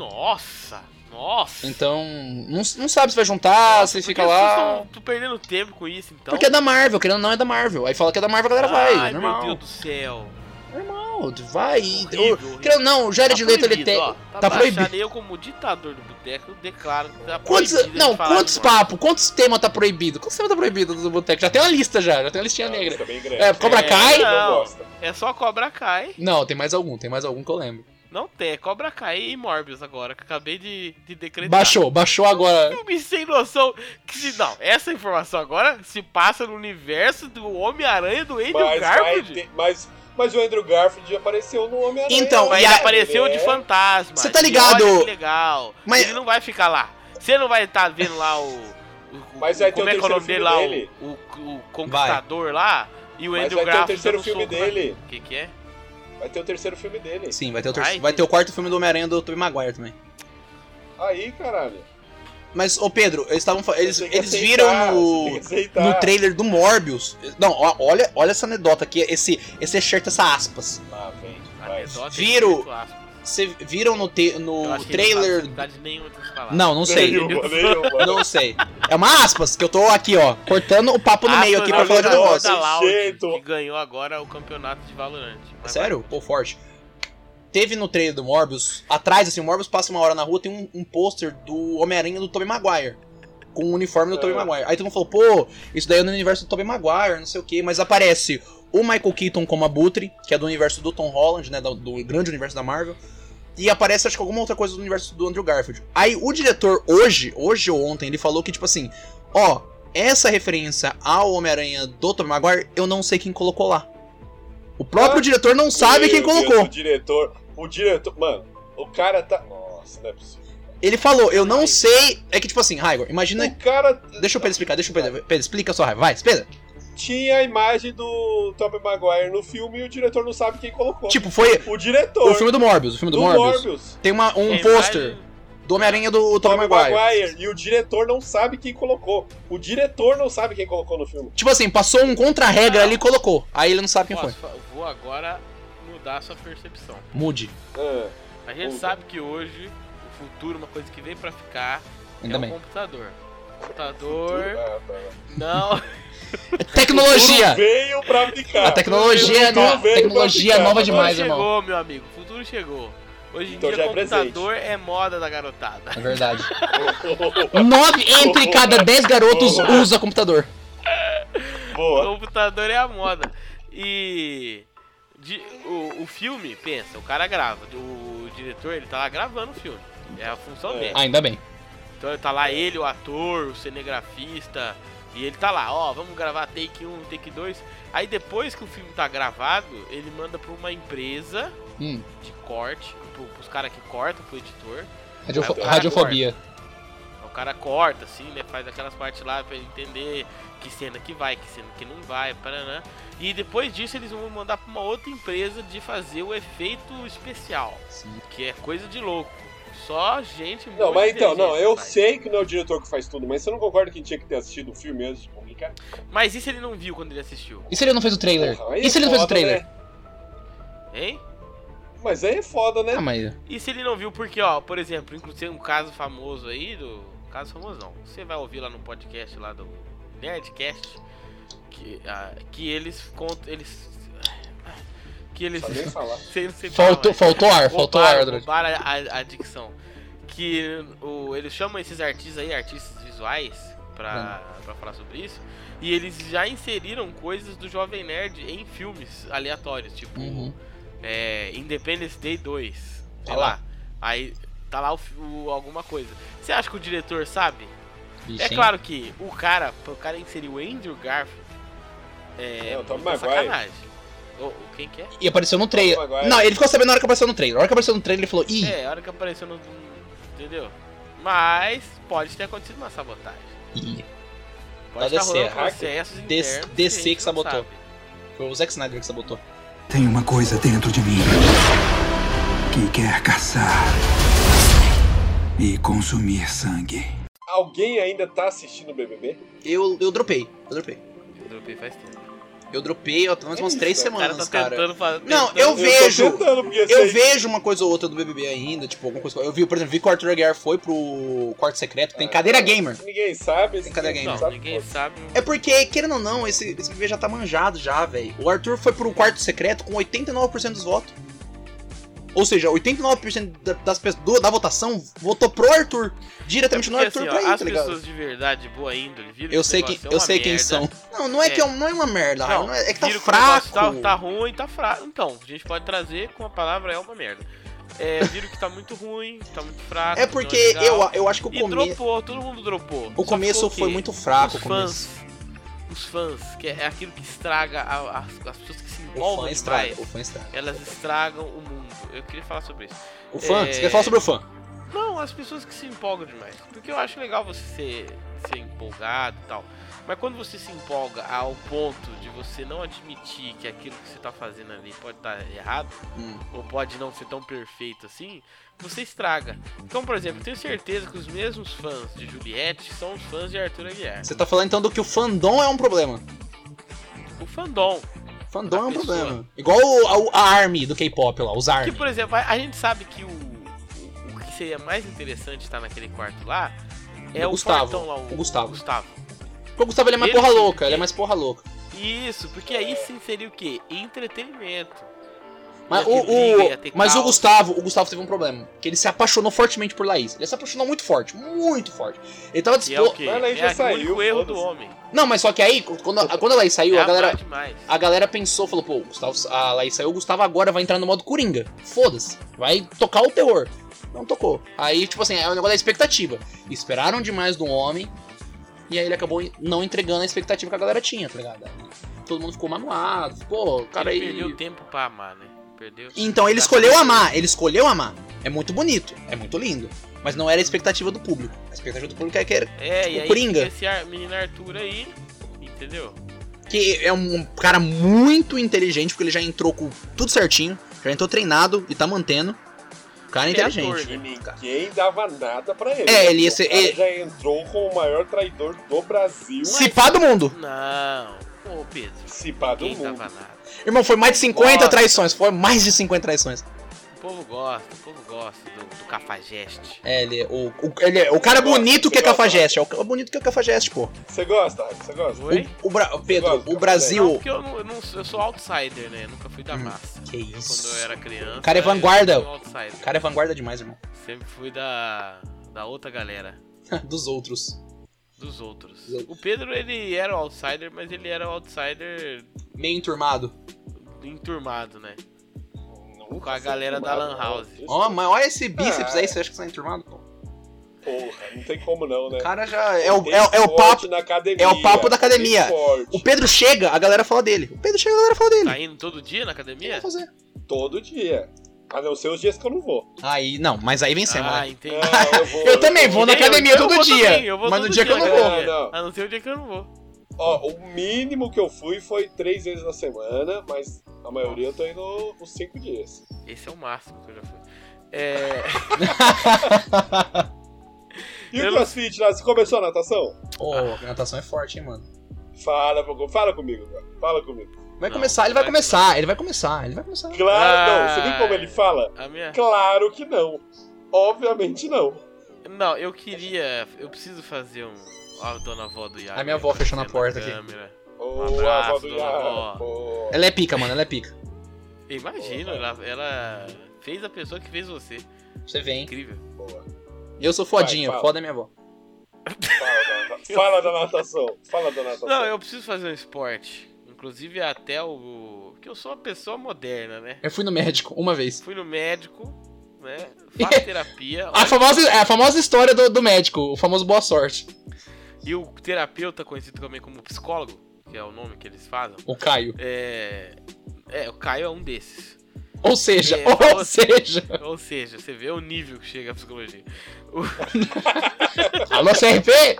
C: Nossa, nossa.
B: Então, não, não sabe se vai juntar, se ele fica lá.
C: Tô perdendo tempo com isso, então.
B: Porque é da Marvel, querendo ou não, é da Marvel. Aí fala que é da Marvel, a galera vai.
C: Ai,
B: normal.
C: meu Deus do céu.
B: Normal, vai.
C: Horrível, horrível.
B: Querendo ou não, o Jared Leto ele
C: Tá proibido,
B: tem.
C: ó.
B: tá
C: baixando
B: proibido.
C: Eu, como ditador do boteco, eu declaro que tá
B: Quantos,
C: proibido de
B: não,
C: falar
B: quantos
C: de Marvel.
B: papos, quantos temas tá proibido? Quantos temas tá proibido do boteco? Já tem uma lista já, já tem uma listinha
C: Tá.
A: Ah, isso
B: negra.
A: é bem grande.
B: É, Cobra
C: É,
B: Kai?
A: Não
C: Não.
A: gosta.
C: É só Cobra Kai.
B: Não, tem mais algum, tem mais algum que eu lembro.
C: Não tem, é Cobra Kai e Morbius agora, que eu acabei de, de decretar.
B: Baixou, baixou agora.
C: Filme sem noção. Que se, não, essa informação agora se passa no universo do Homem-Aranha do Andrew
A: Mas, vai
C: Garfield.
A: ter, mas, mas o Andrew Garfield apareceu no Homem-Aranha.
B: Então,
C: Mas
B: E
C: ele
B: a-
C: apareceu
A: Ele
C: de
A: é-
C: fantasma.
B: Cê tá
C: E
B: ligado?
C: olha que legal.
B: Mas-
C: Ele não vai ficar lá. Você não vai estar vendo lá o. o- o-
A: Mas vai ter
C: como
A: o
C: é que é o
A: terceiro
C: nome dele
A: filme
C: lá?
A: dele.
C: O, o, o Conquistador lá. E o
A: Mas
C: Andrew
A: vai ter o
C: Garfield.
A: terceiro
C: dando
A: filme
C: soco na-
A: dele.
C: O que, que é?
A: Vai ter o terceiro filme dele.
B: Sim, vai ter o,
C: Ai,
B: terceiro, vai ter o quarto filme do Homem-Aranha do Tobey Maguire também.
A: Aí, caralho.
B: Mas, ô Pedro, eles estavam fa- eles,
A: Você tem que
B: eles
A: aceitar,
C: tá.
B: viram
A: você tem que
B: no,
A: aceitar.
B: no trailer do Morbius. Não, ó- olha, olha essa anedota aqui, esse, esse excerto, essa aspas.
A: Ah, vem. vai.
C: Anedota
B: Viro.
C: e muito aspas.
B: Vocês viram no, te- no
C: Eu acho que ele tá
B: trailer.
C: Não, faz nenhuma dessas palavras.
B: Não, não sei.
A: Nenhuma, nenhuma.
B: Não sei. É uma aspas que eu tô aqui, ó, cortando o papo no
C: Aspas
B: meio aqui
C: da
B: pra falar de
A: verdade.
B: negócio.
C: da Loud,
A: Jeito.
C: é que ganhou agora o campeonato de Valorant. Mas
B: Sério? Pô, forte. Teve no trailer do Morbius, atrás, assim, o Morbius passa uma hora na rua, tem um, um pôster do Homem-Aranha do Tobey Maguire. Com o uniforme do
A: É.
B: Tobey Maguire. Aí todo mundo falou, pô, isso daí é no universo do Tobey Maguire, não sei o quê. Mas aparece o Michael Keaton como Abutre, que é do universo do Tom Holland, né, do, do grande universo da Marvel. E aparece, acho que alguma outra coisa do universo do Andrew Garfield. Aí o diretor, hoje, hoje ou ontem, ele falou que, tipo assim, ó, essa referência ao Homem-Aranha do Tobey Maguire, eu não sei quem colocou lá. O próprio
A: Ah,
B: diretor não sabe quem
A: Meu Deus,
B: colocou.
A: O diretor. O diretor. Mano, o cara tá. Nossa, não é possível.
B: Ele falou, eu não sei. É que, tipo assim, Raigor, imagina.
A: O cara
B: Deixa o Pedro explicar, deixa o Pedro. Pedro, explica a sua raiva. Vai, Pedro.
A: tinha a imagem do Tobey Maguire no filme e o diretor não sabe quem colocou.
B: Tipo, foi
A: o diretor
B: o filme do Morbius. O filme do, Morbius. Tem uma, um
C: Quem
B: pôster do Homem-Aranha do Tobey
A: Tobey
B: Maguire.
A: Maguire. E o diretor não sabe quem colocou. O diretor não sabe quem colocou no filme.
B: Tipo assim, passou um contra-regra ali e colocou. Aí ele não sabe quem
C: Posso
B: foi.
C: fa- Vou agora mudar a sua percepção.
B: Mude.
A: Ah,
C: A gente
A: Puta.
C: sabe que hoje, o futuro, uma coisa que vem pra ficar
B: Ainda
C: é
B: bem.
C: o computador. Computador,
A: tudo- ah, tá.
C: não.
B: É
A: Tudo
B: tecnologia!
A: Veio pra ficar.
B: A tecnologia,
A: Tudo
B: né?
A: veio pra
B: tecnologia
A: ficar.
B: nova
C: O futuro
B: demais,
C: chegou,
B: irmão.
C: meu amigo. O futuro chegou. Hoje em
A: Então já
C: dia,
A: é
C: computador é moda da garotada.
B: É verdade. Nove entre cada dez garotos usa computador.
A: Boa.
C: Computador é a moda. E. de- o, o filme, pensa, o cara grava. O, diretor, ele tá lá gravando o filme. É a função
A: É.
C: dele.
B: Ah, Ainda bem.
C: Então tá lá ele, o ator, o cinegrafista, e ele tá lá, ó, vamos gravar take 1, take 2. Aí depois que o filme tá gravado, ele manda pra uma empresa
B: Hum,
C: de corte, pro, pros caras que cortam pro editor.
B: radiofo-
C: Vai pro
B: radiofobia.
C: O cara corta, assim, né? Faz aquelas partes lá pra ele entender que cena que vai, que cena que não vai, paraná. E depois disso eles vão mandar pra uma outra empresa de fazer o efeito especial,
B: Sim.
C: que é coisa de louco. Só gente
A: Não,
C: muito
A: mas então, não,
C: inteligente
A: eu
C: faz.
A: sei que não é o diretor que faz tudo, mas você não concorda que tinha que ter assistido o filme antes de publicar?
C: Mas isso ele não viu quando ele assistiu,
B: E se ele não fez o trailer?
A: Porra, aí
B: E se ele não fez o
A: foda,
B: trailer?
A: né?
C: hein?
A: Mas aí é foda, né?
B: Ah, mas.
C: E se ele não viu, porque, ó, por exemplo, inclusive um caso famoso aí do. Caso famoso não. Você vai ouvir lá no podcast lá do Nerdcast. Que, ah, que eles contam. Eles. Que eles.
A: Sabe nem falar.
C: Sei- não sei falar
B: Faltou,
C: mais.
B: faltou ar, faltou
C: Roubaram-
B: ar durante.
C: roubaram a, a dicção. Que o, eles chamam esses artistas aí, artistas visuais, pra,
B: Hum.
C: pra falar sobre isso. E eles já inseriram coisas do Jovem Nerd em filmes aleatórios, tipo
B: Uhum.
C: é, Independence Day 2. Sei
B: Ah lá.
C: lá. Aí Tá lá o, o- alguma coisa. Você acha que o diretor sabe?
B: Vixe,
C: É
B: hein?
C: claro que o cara, o cara inserir o Andrew Garfield é
A: Não, o Tom
C: muita
A: Maguire.
C: sacanagem. Ô, ô, quem que é?
B: E apareceu no trailer.
A: Tom Maguire.
B: Não, ele ficou sabendo na hora que apareceu no trailer. Na hora que apareceu no trailer, ele falou, ih,
C: É, a hora que apareceu no. Entendeu? Mas pode ter acontecido uma sabotagem.
B: ih.
C: Pode
B: Da
C: estar
B: DC,
C: rolando
B: é hacker.
C: processos
B: Des-
C: internos a
B: DC que
C: gente não
B: sabotou.
C: sabe.
B: Foi o Zack Snyder que sabotou.
D: Tem uma coisa dentro de mim que quer caçar e consumir sangue.
A: Alguém ainda tá assistindo o BBB?
B: Eu, eu dropei, eu dropei.
C: Eu dropei faz tempo.
B: Eu dropei há pelo menos
A: É
B: umas
A: isso,
B: três
A: cara.
C: O cara
B: semanas,
C: tá
B: cara.
C: tentando fazer.
B: Não,
C: tentando-
B: eu vi- Vejo.
A: Eu tô tentando, porque
B: Eu
A: assim,
B: vejo uma coisa ou outra do BBB ainda, tipo, alguma coisa. Eu vi, por exemplo, vi que o Arthur Aguiar foi pro quarto secreto, tem cadeira gamer.
A: é, Ninguém sabe.
B: Tem cadeira
A: ninguém
B: gamer.
C: Não,
A: sabe,
C: ninguém
A: pô.
C: sabe.
B: É porque, querendo ou não, esse, esse bebê já tá manjado já, velho. O Arthur foi pro quarto secreto com 89% dos votos. Ou seja, 89% da- das pessoas do- da votação votou pro Arthur. Diretamente no
C: Porque,
B: Arthur
C: assim, ó,
B: pra ele,
C: as
B: tá ligado?
C: pessoas de verdade, de boa índole, viram
B: Eu
C: que o
B: sei, quem,
C: negócio é
B: eu
C: uma
B: sei quem
C: merda.
B: são. Não, não é, que é, um- não é uma merda,
C: Não,
B: não, é, é que tá
C: viram o
B: fraco.
C: negócio tá, tá ruim, tá fraco. Então, a gente pode trazer com a palavra é uma merda. É, viram que tá muito ruim, tá muito fraco.
B: É
C: não
B: porque
C: legal.
B: eu, eu acho que o
C: E
B: começo.
C: dropou, todo mundo dropou. Só
B: O
C: ficou
B: começo
C: quê?
B: foi muito fraco, o
C: os
B: começo.
C: fãs. Os fãs, que é aquilo que estraga a- as, as pessoas que se
B: O
C: envolvem
B: fã
C: demais.
B: estraga. O fã estraga.
C: Elas estragam o mundo. Eu queria falar sobre isso.
B: O fã?
C: É.
B: Você quer falar sobre o fã?
C: Não, as pessoas que se empolgam demais. Porque eu acho legal você ser, ser empolgado e tal. Mas quando você se empolga ao ponto de você não admitir que aquilo que você tá fazendo ali pode estar errado,
B: Hum.
C: ou pode não ser tão perfeito assim, você estraga. Então, por exemplo, eu tenho certeza que os mesmos fãs de Juliette são os fãs de Arthur Aguiar.
B: Você tá falando então do que o fandom é um problema.
C: O fandom.
B: Fandom é um
C: A pessoa. Tipo,
B: problema. Igual o- a, a Army do K-pop lá, os
C: Que,
B: Army.
C: por exemplo, a, a gente sabe que o, o que seria mais interessante estar naquele quarto lá é
B: O
C: o
B: Gustavo.
C: quartão lá,
B: O Gustavo.
C: Gustavo.
B: Porque o Gustavo ele é mais
C: Ele
B: porra
C: sim,
B: louca, ele é
C: ele-
B: mais porra louca.
C: Isso, porque aí sim seria o quê? Entretenimento.
B: Mas,
C: Ia ter
B: o,
C: é briga, ia
B: o,
C: ter
B: mas o
C: caos.
B: Gustavo, o Gustavo teve um problema. Que ele se apaixonou fortemente por Laís. Ele se apaixonou muito forte, muito forte. Ele tava
C: E é o
B: disposto.
C: quê?
A: Mas aí
C: é
A: já
C: o
A: saiu,
C: único erro do
A: foda-se.
C: homem.
B: Não, mas só que aí, quando a, quando a Laís saiu,
C: é
B: a galera.
C: amar demais.
B: A galera pensou, falou, pô, o Gustavo, a Laís saiu, o Gustavo agora vai entrar no modo Coringa. Foda-se. Vai tocar o terror. Não tocou. Aí, tipo assim, é o negócio da expectativa. Esperaram demais do homem. E aí ele acabou não entregando a expectativa que a galera tinha, tá ligado? Aí Todo mundo ficou magoado. Pô, o cara
C: ele
B: aí.
C: perdeu tempo pra amar, né? Perdeu.
B: Então ele
C: Tá
B: escolheu
C: certo.
B: amar, ele escolheu amar. É muito bonito, é muito lindo. Mas não era a expectativa do público. A expectativa do público é que, era,
C: É,
B: tipo,
C: e aí
B: Coringa.
C: fica esse ar- menino Arthur aí, entendeu?
B: que é um cara muito inteligente, porque ele já entrou com tudo certinho, já entrou treinado e tá mantendo. O cara é
C: Ele é
B: inteligente.
A: E
C: né,
A: ninguém dava nada pra ele.
B: É, ele ia
A: O
B: ser-
A: cara
B: ele-
A: já entrou com o maior traidor do Brasil.
B: Se pá do mundo.
C: Não. Ô, Pedro.
A: Se pá Ah, do
C: Ninguém
A: mundo.
C: dava nada.
B: Irmão, foi mais de 50
A: Nossa.
B: traições. Foi mais de 50 traições.
C: O povo gosta, o povo gosta do, do cafajeste.
B: É, ele é o, o, ele é o cara bonito que é cafajeste. É o cara bonito que é cafajeste, pô.
A: Você gosta, Rafa? você gosta?
C: Oi?
B: O, o Bra- Pedro, o
C: Não,
B: Brasil.
C: porque eu, não, eu, não- eu sou outsider, né? Eu nunca fui da
B: Hum,
C: massa.
B: que
C: Eu,
B: isso.
C: Quando eu era criança.
B: O cara é
C: eu
B: vanguarda.
C: fui um outsider.
B: O cara é vanguarda demais, irmão.
C: Sempre fui da, da outra galera.
B: Dos outros.
C: Dos outros.
B: Dos
C: O Pedro, ele era o outsider, mas ele era o outsider
B: Meio enturmado.
C: enturmado, né?
A: Nunca
C: Com a
A: fui
C: galera da
A: nada,
C: Lan House.
A: não. Isso,
B: Ó, mas olha esse bíceps
A: Ah,
B: aí, você acha que você é enturmado? pô?
A: Porra, não tem como não, né?
B: O cara já. É o,
A: Tem
B: é, o- é o
A: esporte
B: papo.
A: na academia,
B: É o papo da
A: tem
B: academia.
A: esporte.
B: O Pedro chega, a galera fala dele. O Pedro chega, a galera fala dele.
C: Tá indo todo dia na
B: O que ele vai
C: academia?
B: fazer?
A: Todo dia. A não ser os dias que eu não vou.
B: Aí, não, mas aí vem sempre.
C: Ah,
B: né?
C: entendi.
A: Não, eu vou.
B: Eu também É, vou na
C: Então eu-
B: academia
C: então eu
B: todo
C: vou
B: dia.
C: também, eu vou
B: mas no
C: todo
B: dia que eu
C: na
B: não vou.
C: academia.
A: Não, não.
C: A não ser o dia que eu não vou.
A: Ó, o mínimo que eu fui foi três vezes na semana, mas a maioria eu tô indo os cinco dias.
C: Esse é o máximo que eu já fui. É,
A: E
C: Eu
A: o
C: não-
A: crossfit lá, você começou a natação?
B: Pô, a natação é forte, hein, mano.
A: Fala, pro- fala comigo, cara. Fala comigo.
B: Vai
C: Não, é
B: começar, ele vai
C: vai
B: começar, ele vai começar, ele vai começar.
A: Claro,
C: Ah.
A: não. Você viu como ele fala?
C: a minha...
A: Claro que não. Obviamente não.
C: Não, eu queria... Eu preciso fazer um... Ó, a dona avó do Iago.
B: A minha avó fechando a porta aqui.
C: aqui.
A: Ô,
C: Um abraço,
A: avó do
C: dona
A: Yara,
C: Vó.
A: pô.
B: Ela é pica, mano, ela é pica.
C: Imagina, ela, ela fez a pessoa que fez você.
B: Você vem.
C: Incrível.
A: Boa.
B: Eu sou fodinho,
A: Vai, fala.
B: foda é minha avó.
A: Fala da, nata- fala da natação. Fala da natação.
C: Não, eu preciso fazer um esporte. Inclusive até o. Porque eu sou uma pessoa moderna, né?
B: Eu fui no médico uma vez.
C: Fui no médico, né? Faça terapia.
B: A famosa, é a famosa história do, do médico, o famoso boa sorte.
C: E o terapeuta, conhecido também como psicólogo, que é o nome que eles fazem,
B: O Caio.
C: é. É, o Caio é um desses.
B: Ou seja,
C: É,
B: ou
C: falou assim.
B: seja.
C: Ou seja, você vê o nível que chega a psicologia.
B: Alô, CRP?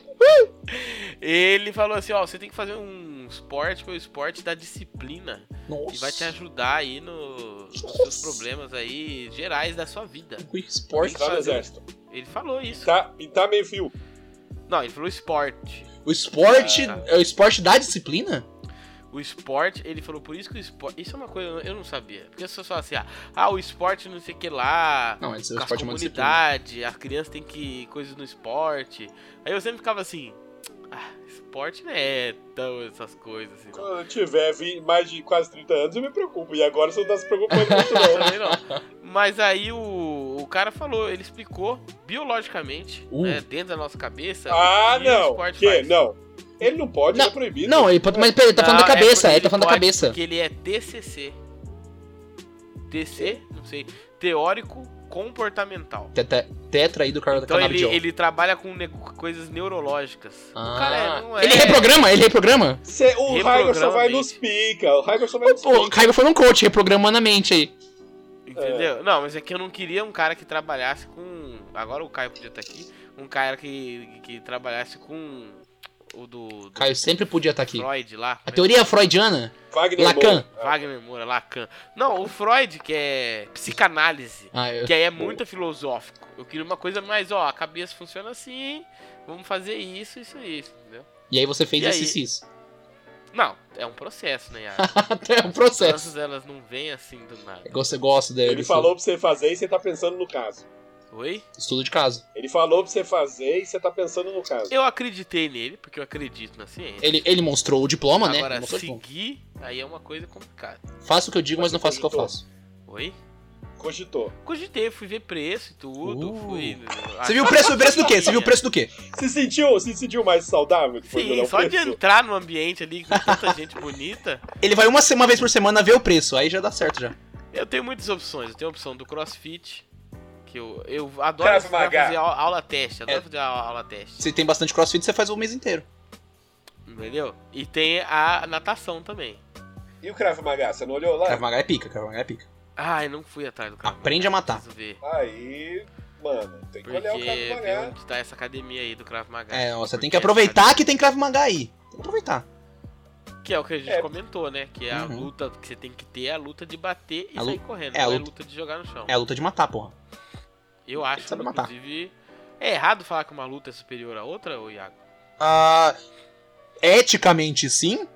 C: Ele falou assim: ó, você tem que fazer um esporte, que é o esporte da disciplina.
B: Nossa.
C: Que vai te ajudar aí no- nos seus problemas aí gerais da sua vida.
B: Com esporte.
A: Entrar Tá no exército.
C: Ele falou isso.
A: Tá, pintar meio fio.
C: Não, ele falou esporte.
B: O esporte.
C: Ah.
B: É o esporte da disciplina?
C: O esporte, ele falou, por isso que o esporte. Isso é uma coisa que eu não sabia. Porque as pessoas falam assim, ah, ah, o esporte não sei o que lá.
B: Não, esse é o
C: com as
B: esporte é uma disciplina.
C: comunidades, as crianças têm que. coisas no esporte. Aí eu sempre ficava assim. Ah, esporte não é tão essas coisas assim. Não.
A: Quando eu tiver vi- mais de quase 30 anos, eu me preocupo. E agora você não tá se preocupando muito, não.
C: Também não. Mas aí o, o cara falou, ele explicou biologicamente,
B: Uh.
C: né, dentro da nossa cabeça.
A: Ah,
C: o que o
A: não.
C: esporte
A: Que?
C: faz.
A: Não. Ele não pode,
B: Não,
A: é proibido.
B: Não, ele pode. Mas peraí, ele tá falando
C: Não,
B: da cabeça.
C: é porque
B: ele tá falando da
C: pode,
B: cabeça.
C: Porque ele é TCC. TC, não sei, teórico comportamental.
B: Tetra, tetra aí do cara
C: Então
B: da
C: ele, ele trabalha com ne- coisas neurológicas. o cara é- não é...
B: Ah. Ele reprograma, ele reprograma.
A: Cê- o Raigor só vai
C: Reprograma,
A: nos pica. O Raigor só vai nos
B: O
A: pica.
B: Caio foi um coach, reprogramando a mente aí.
C: Entendeu? Não, mas é que eu não queria um cara que trabalhasse com. Agora o Caio podia estar aqui. Um cara que, que trabalhasse com. O do. do
B: Caio sempre podia estar aqui. é
C: Freud lá. como é
B: A
C: que
B: teoria freudiana?
A: Wagner
B: Lacan.
A: Moura.
C: Wagner Moura, Lacan. Não, o Freud, que é psicanálise,
B: Ah, eu...
C: que aí é muito filosófico. Eu queria uma coisa mais, ó, a cabeça funciona assim, vamos fazer isso, isso e isso, entendeu?
B: E aí você fez
C: E aí?
B: esse cis.
C: Não, é um processo, né, Yara?
B: Até um
C: As
B: processo.
C: crianças, elas não vêm assim do nada.
B: Você gosta dele.
A: Ele falou pra você fazer e você tá pensando no caso.
C: Oi?
B: Estudo de caso.
A: Ele falou pra você fazer e você tá pensando no caso.
C: Eu acreditei nele, porque eu acredito na ciência.
B: Ele, ele mostrou o diploma, né? Ele
C: Agora,
B: mostrou o diploma.
C: seguir, aí é uma coisa complicada.
B: Faço o que eu digo, mas não faço o que eu faço.
C: Oi?
A: Cogitou.
C: Cogitei, fui ver preço e tudo,
B: Uh.
C: fui...
B: Você viu o preço, o preço do quê? Você viu o preço do quê?
A: Se sentiu, se sentiu mais saudável depois de olhar
C: Sim,
A: o
C: só de
A: preço?
C: entrar no ambiente ali com tanta gente bonita...
B: Ele vai uma, se- uma vez por semana ver o preço, aí já dá certo já.
C: Eu tenho muitas opções. Eu tenho a opção do crossfit, que eu, eu adoro
A: Krav
C: fazer,
A: Maga.
C: fazer au- aula teste. Adoro
B: É.
C: fazer au- aula teste.
B: Se tem bastante crossfit, você faz o mês inteiro.
C: Entendeu? E tem a natação também.
A: E o Krav Maga, você não olhou lá?
B: Krav Maga é pica, Krav Maga é pica.
C: Ai, não fui atrás do cara.
B: Aprende a matar.
C: Preciso ver.
A: Aí, mano, tem que
C: Porque
A: olhar o Krav
C: ver
A: Maga.
C: onde tá essa academia aí do Krav Maga.
B: É, ó, você tem
C: Porque
B: que
C: essa
B: aproveitar que tem Krav Maga aí. Tem que aproveitar.
C: academia- Que é o que a gente
A: É.
C: comentou, né? Que é a
B: Uhum.
C: luta que você tem que ter, é a luta de bater e
B: A lu-
C: sair correndo.
B: é a
C: não é a
B: luta-
C: luta de jogar no chão.
B: É a luta de matar, porra.
C: Eu acho,
B: Sabe matar.
C: inclusive... É errado falar que uma luta é superior à outra, ô Iago?
B: Ah, eticamente sim,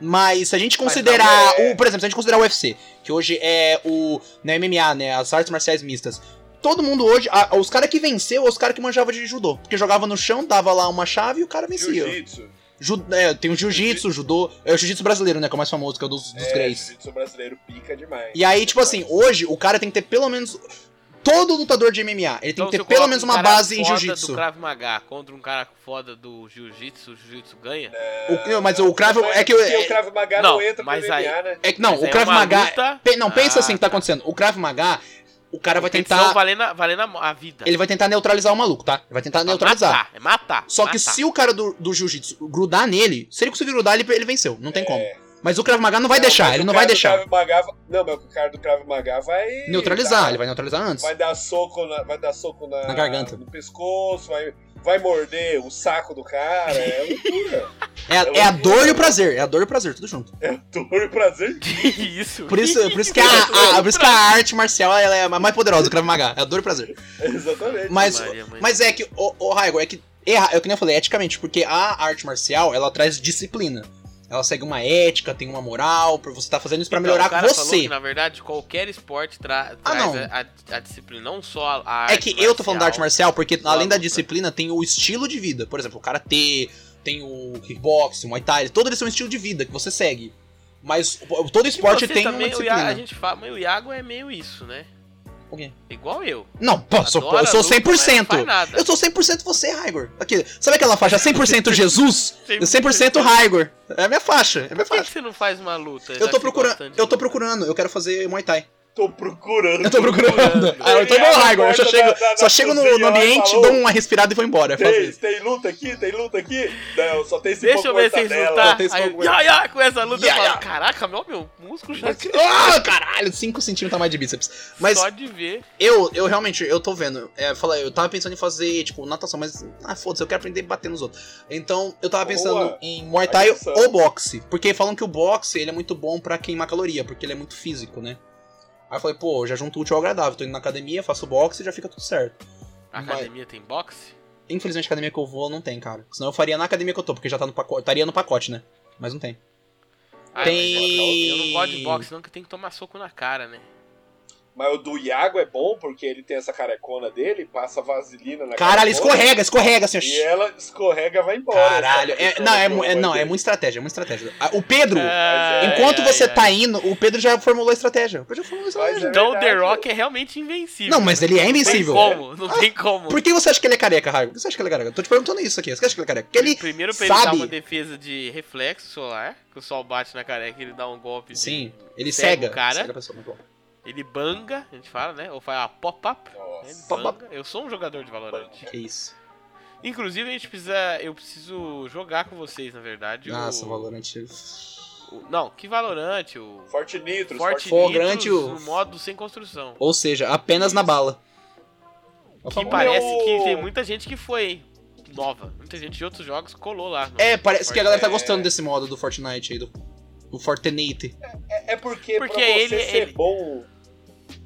B: mas se a gente
C: Mas
B: considerar,
A: não é-
B: o, por exemplo, se a gente considerar o UFC, que hoje é o né, MMA, né, as artes marciais mistas, todo mundo hoje, a- os caras que venceu, é os caras que manjava de judô, porque jogava no chão, dava lá uma chave e o cara
C: um
B: vencia.
A: Jiu-Jitsu.
B: Ju- é, tem o jiu-jitsu, judô, é o jiu-jitsu brasileiro, né, que é o mais famoso, que é o dos, dos
A: É,
B: Greys.
A: Jiu-Jitsu brasileiro pica demais.
B: E aí, tipo assim, hoje o cara tem que ter pelo menos todo lutador de MMA, ele tem
C: Então,
B: que
C: se
B: ter
C: eu
B: pelo
C: coloco
B: menos
C: um
B: uma
C: cara
B: base em
C: foda
B: jiu-jitsu.
C: do Krav Maga contra um cara foda do jiu-jitsu, o jiu-jitsu ganha?
B: O- não, Mas o Krav
A: Mas
B: é que
A: porque
B: é-
A: o Krav Maga não,
C: Não,
A: entra pro
C: mas
A: MMA,
C: aí-
A: né?
B: É que não,
C: Mas
B: o
C: aí
B: Krav
C: é uma
B: Maga.
C: luta-
B: Pe- Não, pensa
C: Ah,
B: assim o que tá
C: tá.
B: acontecendo. O Krav Maga, o cara vai
C: Competição
B: tentar.
C: valendo, a- valendo a, a vida.
B: Ele vai tentar neutralizar o maluco, tá? Ele vai tentar
C: Pra
B: neutralizar.
C: Matar, é matar.
B: Só que
C: matar.
B: se o cara do, do jiu-jitsu grudar nele, se ele conseguir grudar, ele, ele venceu. Não tem como. Mas o Krav Maga não vai deixar,
A: É, mas
B: ele
A: o
B: não
A: cara
B: vai
A: do
B: deixar.
A: Krav Maga- não, mas o cara do Krav Maga vai...
B: Neutralizar,
A: dar-
B: ele vai neutralizar antes.
A: Vai dar soco na, vai dar soco na,
B: Na garganta.
A: no pescoço, vai, vai morder o saco do cara. É loucura.
B: É, a- é a dor e o prazer. É a dor e o prazer, tudo junto.
A: Dor e prazer.
C: Que isso?
B: Por isso, por isso, que, é a, a- por isso que a arte marcial ela é a mais poderosa, o Krav Maga. É a dor e o prazer.
A: Exatamente.
B: Mas,
C: Maria, mãe.
B: mas é que, o, o Raigor, é que. Erra, é o que nem eu falei, eticamente, porque a arte marcial ela traz disciplina. Ela segue uma ética, tem uma moral, por você tá fazendo isso pra
C: Então,
B: melhorar
C: o cara falou
B: você. Ah,
C: que, na verdade, qualquer esporte tra traz
B: não.
C: a, a- a disciplina, não só a
B: É
C: arte
B: que eu tô falando da arte marcial porque,
C: Só a
B: além da
C: luta.
B: disciplina, tem o estilo de vida. Por exemplo, o karatê, tem o kickboxing, o muay thai, todos eles são um estilo de vida que você segue. Mas o- todo
C: E
B: esporte
C: você
B: tem
C: também,
B: uma
C: o Iago, a
B: disciplina.
C: gente fala, mas o Iago é meio isso, né?
B: O quê?
C: Igual eu.
B: Não, pô, eu sou, eu
C: Adora
B: sou
C: luta, mas não
B: 100%.
C: faz nada.
B: Eu sou 100% você, Raigor. Aqui, sabe aquela faixa 100% Jesus? Eu 100% Raigor. É a minha faixa, é a minha
C: Por que, que
B: faixa.
C: você não faz uma luta? assim já
B: Eu
C: que
B: tô
C: é você gosta
B: procurando,
C: de
B: eu tô
C: luta?
B: procurando, eu quero fazer Muay Thai.
A: Tô procurando.
B: Eu tô procurando.
C: Procurando.
B: Ah, eu tô igual o Raigor, eu só chego,
A: é, Da- da- da
B: só chego no, no
A: cozinha,
B: ambiente,
A: falou.
B: dou um- é, uma respirada e vou embora. Eu faço
A: Tem,
B: isso.
A: tem luta aqui? Tem luta aqui? Não, só tem esse
C: Deixa eu ver se eles lutar.
B: tem esse
C: Aí,
B: pouco-
C: ya, ya, com essa luta,
B: Ya,
C: eu falo,
B: ya.
C: caraca, meu, meu músculo já cresceu
B: Ah, caralho, 5 centímetros a mais de bíceps. Mas
C: só de ver.
B: eu, eu realmente, eu tô vendo. É, fala, eu tava pensando em fazer, tipo, natação, mas ah, foda-se, eu quero aprender a bater nos outros. Então, eu tava pensando
A: Boa.
B: em Muay Thai
A: Aí é sim.
B: ou boxe. Porque falam que o boxe ele é muito bom pra queimar caloria, porque ele é muito físico, né? Aí eu falei, pô, eu já junto o útil ao agradável. Tô indo na academia, faço boxe e já fica tudo certo.
C: A
B: Mas-
C: academia tem boxe?
B: Infelizmente, a academia que eu vou não tem, cara. Senão eu faria na academia que eu tô, porque já tá no pacote. Estaria no pacote, né? Mas não tem.
C: Ah,
B: Tem-
C: mas Eu não gosto de boxe, não, que tem que tomar soco na cara, né?
A: Mas o do Iago é bom porque ele tem essa carecona dele, passa vaselina na
B: Caralho,
C: é
A: carecona,
B: escorrega, escorrega, assim, ó.
A: E ela escorrega e vai embora.
B: Caralho,
A: Essa
B: é-
A: pessoa
B: não, é,
A: que
B: mu- é-
A: vai
B: não, é
A: ter.
B: muita estratégia, é muita estratégia. Ah, O Pedro,
C: É,
A: Ai,
B: enquanto
C: ai,
B: você
C: ai.
B: tá indo, o Pedro já formulou a estratégia. O Pedro já formulou a
A: Mas
B: estratégia.
A: é
C: Então o The
A: verdade,
C: Rock é realmente invencível.
B: Não, mas ele é invencível.
C: Não tem como, não tem como.
B: Por que você acha que ele é careca, Raio? Por que você acha que ele é careca? Eu tô te perguntando isso aqui. Você acha que ele é careca? Porque ele
C: Primeiro pra ele dar
B: sabe.
C: uma defesa de reflexo solar, que o sol bate na careca e ele dá um golpe de-
B: Sim, ele
C: Cega
B: cega.
C: o cara.
B: Cega a pessoa, muito bom.
C: Ele banga, a gente fala, né? Ou faz uma pop-up. né? Ele
A: Nossa.
B: Pop-up.
C: banga. Eu sou um jogador de Valorant.
B: Que isso.
C: Inclusive, a gente precisa. Eu preciso jogar com vocês, na verdade.
B: Nossa,
C: o...
B: o Valorant.
C: o- Não, que Valorant, o.
A: Forte Nitro, Forte
C: Forte
B: Forgrante, o-
C: no modo sem construção.
B: Ou seja, apenas na bala.
C: Que
A: Meu-
C: parece que tem muita gente que foi nova. Muita gente de outros jogos colou lá. no-
B: É, parece que a galera tá
A: É.
B: gostando desse modo do Fortnite aí, do, do Fortnite.
A: É porque,
C: Porque
A: pra você
C: ele-
A: ser
C: ele-
A: bom.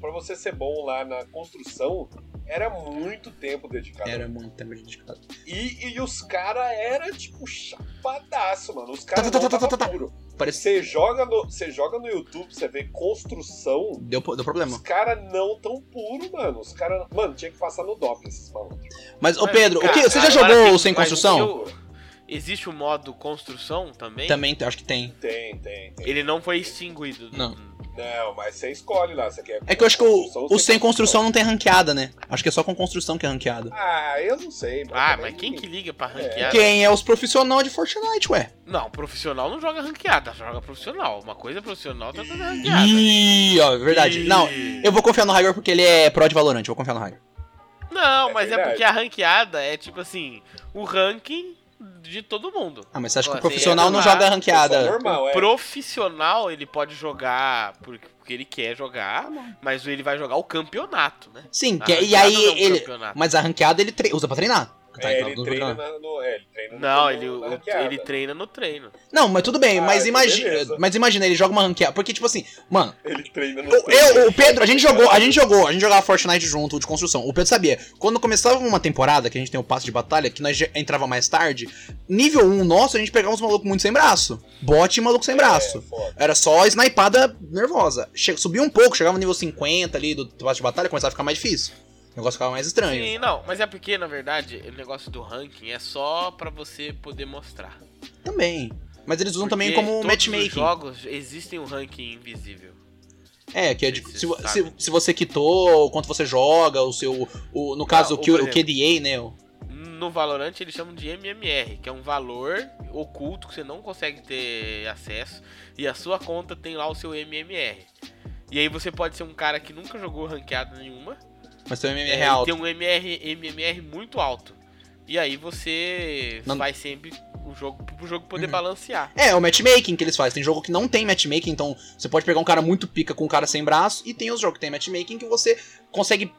A: Pra você ser bom lá na construção, era muito tempo dedicado.
B: Era muito tempo de cara.
A: E, e os caras eram, tipo, chapadaço, mano. Os caras
B: Tá, tá,
A: não
B: tá, tá,
A: tava
B: tá, tá.
A: puro.
B: Parece.
A: Você joga, no, você joga no YouTube, você vê construção.
B: Deu, po- deu problema.
A: Os caras não tão puro, mano. Os caras. Mano, tinha que passar no DOP esses malucos.
B: Mas, ô
C: Mas,
B: Pedro, o que,
C: cara,
B: você já
C: agora
B: jogou
C: tem-
B: o
A: um
B: Sem
C: mas
B: Construção?
C: o que eu- Existe o modo construção também.
B: Também, acho que tem.
A: Tem, tem, tem.
C: Ele não foi extinguido.
B: Não.
A: Não, mas você escolhe lá. Você quer
B: É que eu acho que
A: construção
B: o,
A: ou
B: o sem construção não tem ranqueada, né? Acho que é só com construção que é ranqueada.
A: Ah, eu não sei.
C: Ah,
A: também-
C: mas quem que liga pra ranqueada?
B: Quem é os profissionais de Fortnite, ué?
C: Não, profissional não joga ranqueada, joga profissional. Uma coisa é profissional, outra coisa é ranqueada.
B: Ih, ó, verdade.
C: Ih.
B: Não, eu vou confiar no Raigor porque ele é pró de Valorant, eu vou confiar no Raigor.
C: Não,
A: É
C: mas é
A: verdade.
C: porque a ranqueada é tipo assim, o ranking de todo mundo.
B: Ah, mas você acha que
C: Ó,
B: o profissional
C: tem
B: não
C: lá,
B: joga
A: Construção
B: ranqueada?
A: Normal, é.
C: Profissional, ele pode jogar por- porque ele quer jogar, mas ele vai jogar o campeonato, né?
B: Sim,
C: A
B: que- e
C: ranqueada
B: aí
C: não é um
B: ele.
C: campeonato.
B: Mas a ranqueada ele tre- usa pra treinar. Tá,
A: É,
B: então,
A: ele
B: não
A: treina
B: joga-
A: na- no. É, ele treina no-
C: Não,
A: na
C: ele, o-
A: ranqueada.
C: ele treina no treino.
B: Não, mas tudo bem,
A: Ah,
B: mas
A: então
B: imagina.
A: beleza.
B: Mas imagina, ele joga uma ranqueada. Porque, tipo assim, mano,
A: Ele treina no.
B: Eu, eu- o Pedro, a gente jogou, a gente jogou, a gente jogava Fortnite junto o de construção. O Pedro sabia. Quando começava uma temporada, que a gente tem o passo de batalha, que nós já entrava mais tarde, nível 1 nosso, a gente pegava uns malucos muito sem braço. Bote e maluco sem braço.
A: É, foda.
B: Era só snipada nervosa. Che subia um pouco, chegava no nível 50 ali do passo de batalha, começava a ficar mais difícil. O negócio ficava mais estranho.
C: Sim, não, mas é porque, na verdade, o negócio do ranking é só pra você poder mostrar.
B: Também. Mas eles usam
C: Porque
B: também como
C: todos
B: matchmaking.
C: Os jogos existem um ranking invisível.
B: É, que é de,
C: Você
B: se, vo-
C: sabe.
B: se, se você quitou, o quanto você joga, o seu. O, no caso,
C: ou,
B: o, Q-
C: por
B: o KDA, né? o-
C: No Valorant eles chamam de MMR, que é um valor oculto que você não consegue ter acesso e a sua conta tem lá o seu MMR. E aí você pode ser um cara que nunca jogou ranqueada nenhuma
B: Mas seu MMR
C: é,
B: é
C: e
B: alto.
C: tem um MR, MMR muito alto. E aí você
B: Não-
C: vai sempre o jogo pro jogo poder
B: Uhum.
C: balancear.
B: É, o matchmaking que eles fazem. Tem jogo que não tem matchmaking, então você pode pegar um cara muito pica com um cara sem braço, e tem os jogos que tem matchmaking que você consegue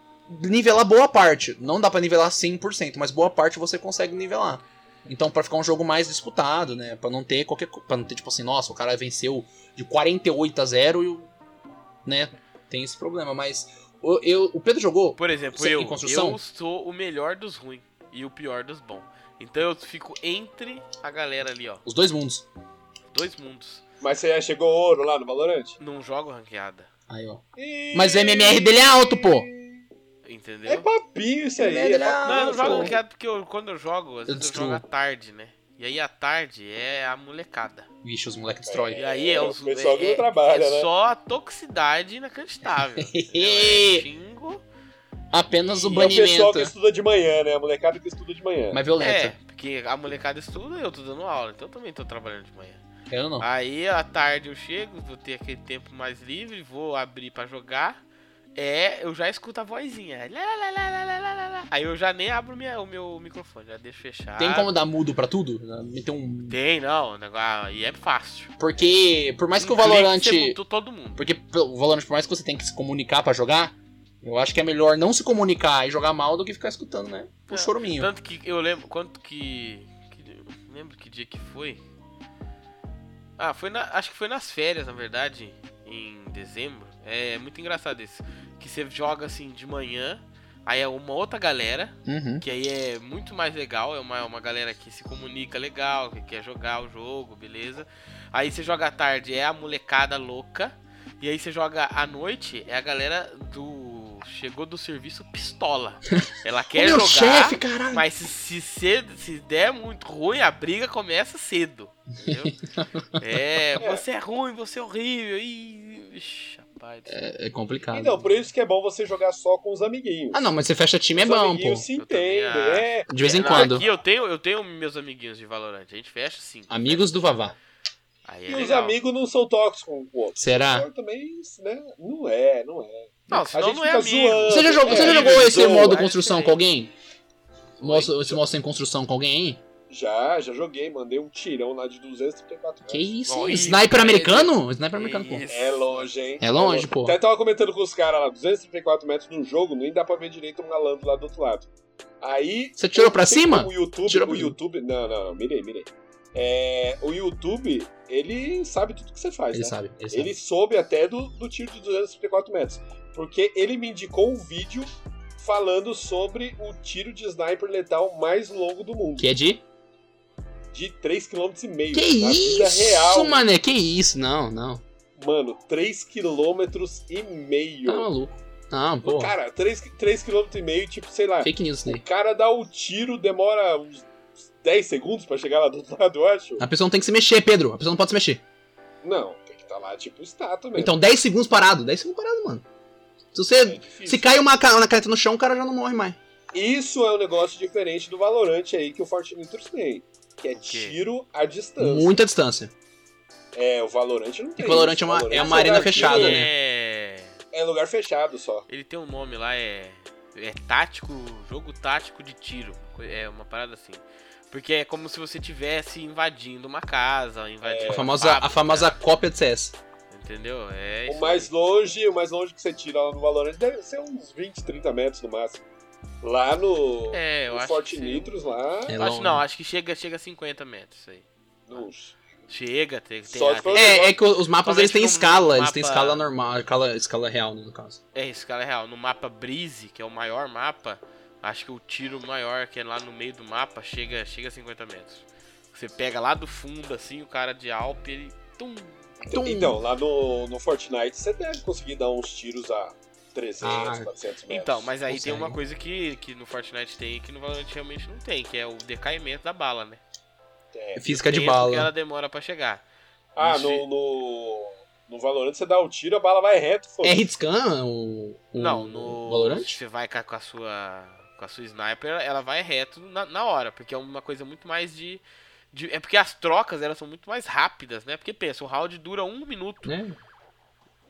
B: nivelar boa parte. Não dá pra nivelar 100%, mas boa parte você consegue nivelar. Então, pra ficar um jogo mais disputado, né? Pra não ter qualquer. co- Pra não ter, tipo assim, nossa, o cara venceu de 48 a 0 e. o- Né? Tem esse problema, mas. o- eu, o Pedro jogou.
C: Por exemplo,
B: Você- em
C: eu,
B: construção?
C: eu sou o melhor dos ruins e o pior dos bons. Então eu fico entre a galera ali, ó.
B: Os dois mundos.
C: Dois mundos.
A: Mas você já chegou ouro lá no Valorant?
C: Não jogo ranqueada.
B: Aí, ó.
A: Ih,
B: Mas o MMR dele é alto, pô.
C: Entendeu?
A: É papinho isso aí.
B: MMR
A: é
B: dele é
A: papinho,
C: Não, eu não
B: eu
C: jogo
B: sou-
C: ranqueado porque eu- quando eu jogo, às
B: Eu
C: vezes
B: destruo.
C: eu jogo à tarde, né? E aí à tarde é a molecada.
B: Vixe, os moleques destrói.
C: E aí é
A: É,
C: os.
A: o pessoal
C: é,
A: que não trabalha,
C: é
A: né?
C: só a toxicidade inacreditável. Eu xingo.
B: Apenas o
C: E é o
A: É o pessoal que
B: banimento.
A: estuda de manhã, né? A molecada que estuda de manhã.
B: Mas violenta.
C: É, porque a molecada estuda e eu tô dando aula, então eu também tô trabalhando de manhã.
B: Quero não.
C: Aí à tarde eu chego, vou ter aquele tempo mais livre, vou abrir pra jogar. É, eu já escuto a vozinha. Lá, lá, lá, lá, lá, lá, lá, lá. Aí eu já nem abro minha- o meu microfone, já deixo fechado.
B: Tem como dar mudo pra tudo? Meter um.
C: Tem, não. o negócio- E é fácil.
B: Porque, por mais que o
C: Um clique,
B: Valorant.
C: você mutou todo mundo.
B: Porque pô, o Valorant, por mais que você tenha que se comunicar pra jogar, eu acho que é melhor não se comunicar e jogar mal do que ficar escutando, né? O
C: É.
B: choruminho.
C: Tanto que eu lembro. Quanto que. que- eu lembro que dia que foi. Ah, foi na, acho que foi nas férias, na verdade, em dezembro. É muito engraçado isso. Que você joga assim de manhã, aí é uma outra galera,
B: Uhum.
C: que aí é muito mais legal, é uma, uma galera que se comunica legal, que quer jogar o jogo, beleza. Aí você joga à tarde, é a molecada louca. E aí você joga à noite, é a galera do. Chegou do serviço pistola. Ela
B: Ô,
C: quer
B: meu
C: jogar.
B: chefe, caralho!
C: Mas se, se, cedo- se der muito ruim, a briga começa cedo. Entendeu? é, você é ruim, você é horrível. Ih, ixi, rapaz. do céu.
B: É é complicado.
A: Então, por isso que é bom você jogar só com os amiguinhos.
B: Ah, não, mas você fecha time é
A: os
B: bom, pô.
A: amiguinhos se
C: Eu também
A: entendem,
C: acho.
A: é.
B: De vez em
C: Lá,
B: quando.
C: Aqui eu tenho, eu tenho meus amiguinhos de Valorant. A gente fecha sim.
B: Amigos do Vavá.
C: Aí é
A: E os
C: legal.
A: amigos não são tóxicos um com o outro.
B: Será?
A: Então, também, né? Não é, não é.
C: Não,
A: A
C: senão
A: gente
C: não é
A: fica
C: amigo.
A: zoando.
B: Você já jogou,
A: É,
B: você já
A: ele
B: jogou esse
A: zoa.
B: modo
C: é
B: construção
C: diferente.
B: com alguém? Modo, esse modo sem construção com alguém aí?
A: Já, já joguei, mandei um tirão lá de 234
B: Que isso?
C: Bom,
B: hein?
C: e-
B: Sniper americano? Sniper americano, pô.
C: Isso.
A: É longe, hein?
B: É longe, pô.
A: Até tava comentando com os caras lá, 234 metros no jogo, nem dá pra ver direito um malandro lá do outro lado. Aí.
B: Você tirou pra
A: tem como
B: cima?
A: O YouTube.
B: Tirou
A: o
B: pra cima.
A: YouTube. Não, não, não, mirei, mirei. É, o YouTube, ele sabe tudo que você faz,
B: Ele
A: né?
B: sabe, ele sabe.
A: Ele soube até do, do tiro de 234 metros. Porque ele me indicou um vídeo falando sobre o tiro de sniper letal mais longo do mundo.
B: Que é de.
A: De 3,5 km.
B: Que
A: na vida
B: isso,
A: real.
B: mané? Que isso? Não, não.
A: Mano, 3,5
B: Tá
A: km.
B: maluco. Não, pô.
A: Cara, 3 km e meio, tipo, sei lá.
B: Fake news isso daí.
A: O cara dá o tiro, demora uns 10 segundos pra chegar lá do outro lado, eu acho.
B: A pessoa não tem que se mexer, Pedro. A pessoa não pode se mexer.
A: Não, tem que estar lá, tipo, estátua mesmo.
B: Ah.
A: É
B: Então, 10 segundos parado. 10 segundos parado, mano. Se você.
A: difícil.
B: Se cai uma ca- na caneta no chão, o cara já não morre mais.
A: Isso é um negócio diferente do Valorante aí que o Fortnite tem. Que é
C: quê?
A: tiro à distância.
B: Muita distância.
A: É, o Valorante não tem.
B: o Valorante
A: isso.
B: é uma-
A: Valorante
B: é uma arena
A: lugar
B: fechada,
A: que-
B: né?
C: É.
A: É lugar fechado só.
C: Ele tem um nome lá, é. É tático. Jogo tático de tiro. É uma parada assim. Porque é como se você tivesse invadindo uma casa, invadindo.
A: É.
B: A
C: uma
B: famosa, a
A: ah,
C: fábrica,
B: famosa cópia de CS.
C: Entendeu? É
A: O
C: isso.
A: mais longe, o mais longe que você tira lá no Valorante deve ser uns 20, 30 metros no máximo. Lá no,
C: É, eu
A: no
C: acho.
A: Forte
C: que sim.
A: Nitros, lá.
B: É
C: Acho,
B: longe.
C: não, acho que chega, chega a 50 metros isso aí.
A: no-
C: Chega, tem, tem,
A: Só se
C: ah,
A: for-
C: tem- é,
B: É, é que os mapas
C: Talvez
B: eles têm
C: num
B: escala, eles têm
C: mapa-
B: escala normal, escala, escala real, né, no caso.
C: isso, cara, é real. No mapa Breeze, que é o maior mapa, acho que o tiro maior, que é lá no meio do mapa, chega, chega a 50 metros. Você pega lá do fundo, assim, o cara de Alp, ele... Tum,
A: Então, então, lá no, no Fortnite você deve conseguir dar uns tiros a 300,
B: Ah,
A: 400 metros.
C: Então, mas aí tem
B: Consegue.
C: uma coisa que, que no Fortnite tem e que no Valorant realmente não tem, que é o decaimento da bala, né?
A: É.
B: Física de
C: Tempo que ela
B: bala.
C: demora pra chegar.
A: Ah,
C: Isso- é
A: no, no, no Valorant você dá o tiro, a bala vai reto. Foi.
B: É hitscan o, o
C: não, no
B: Valorant?
C: Você vai ca- com a sua com a sua sniper, ela vai reto na, na hora, porque é uma coisa muito mais de, de- é porque as trocas elas são muito mais rápidas, né? Porque pensa, o round dura um minuto
B: Né?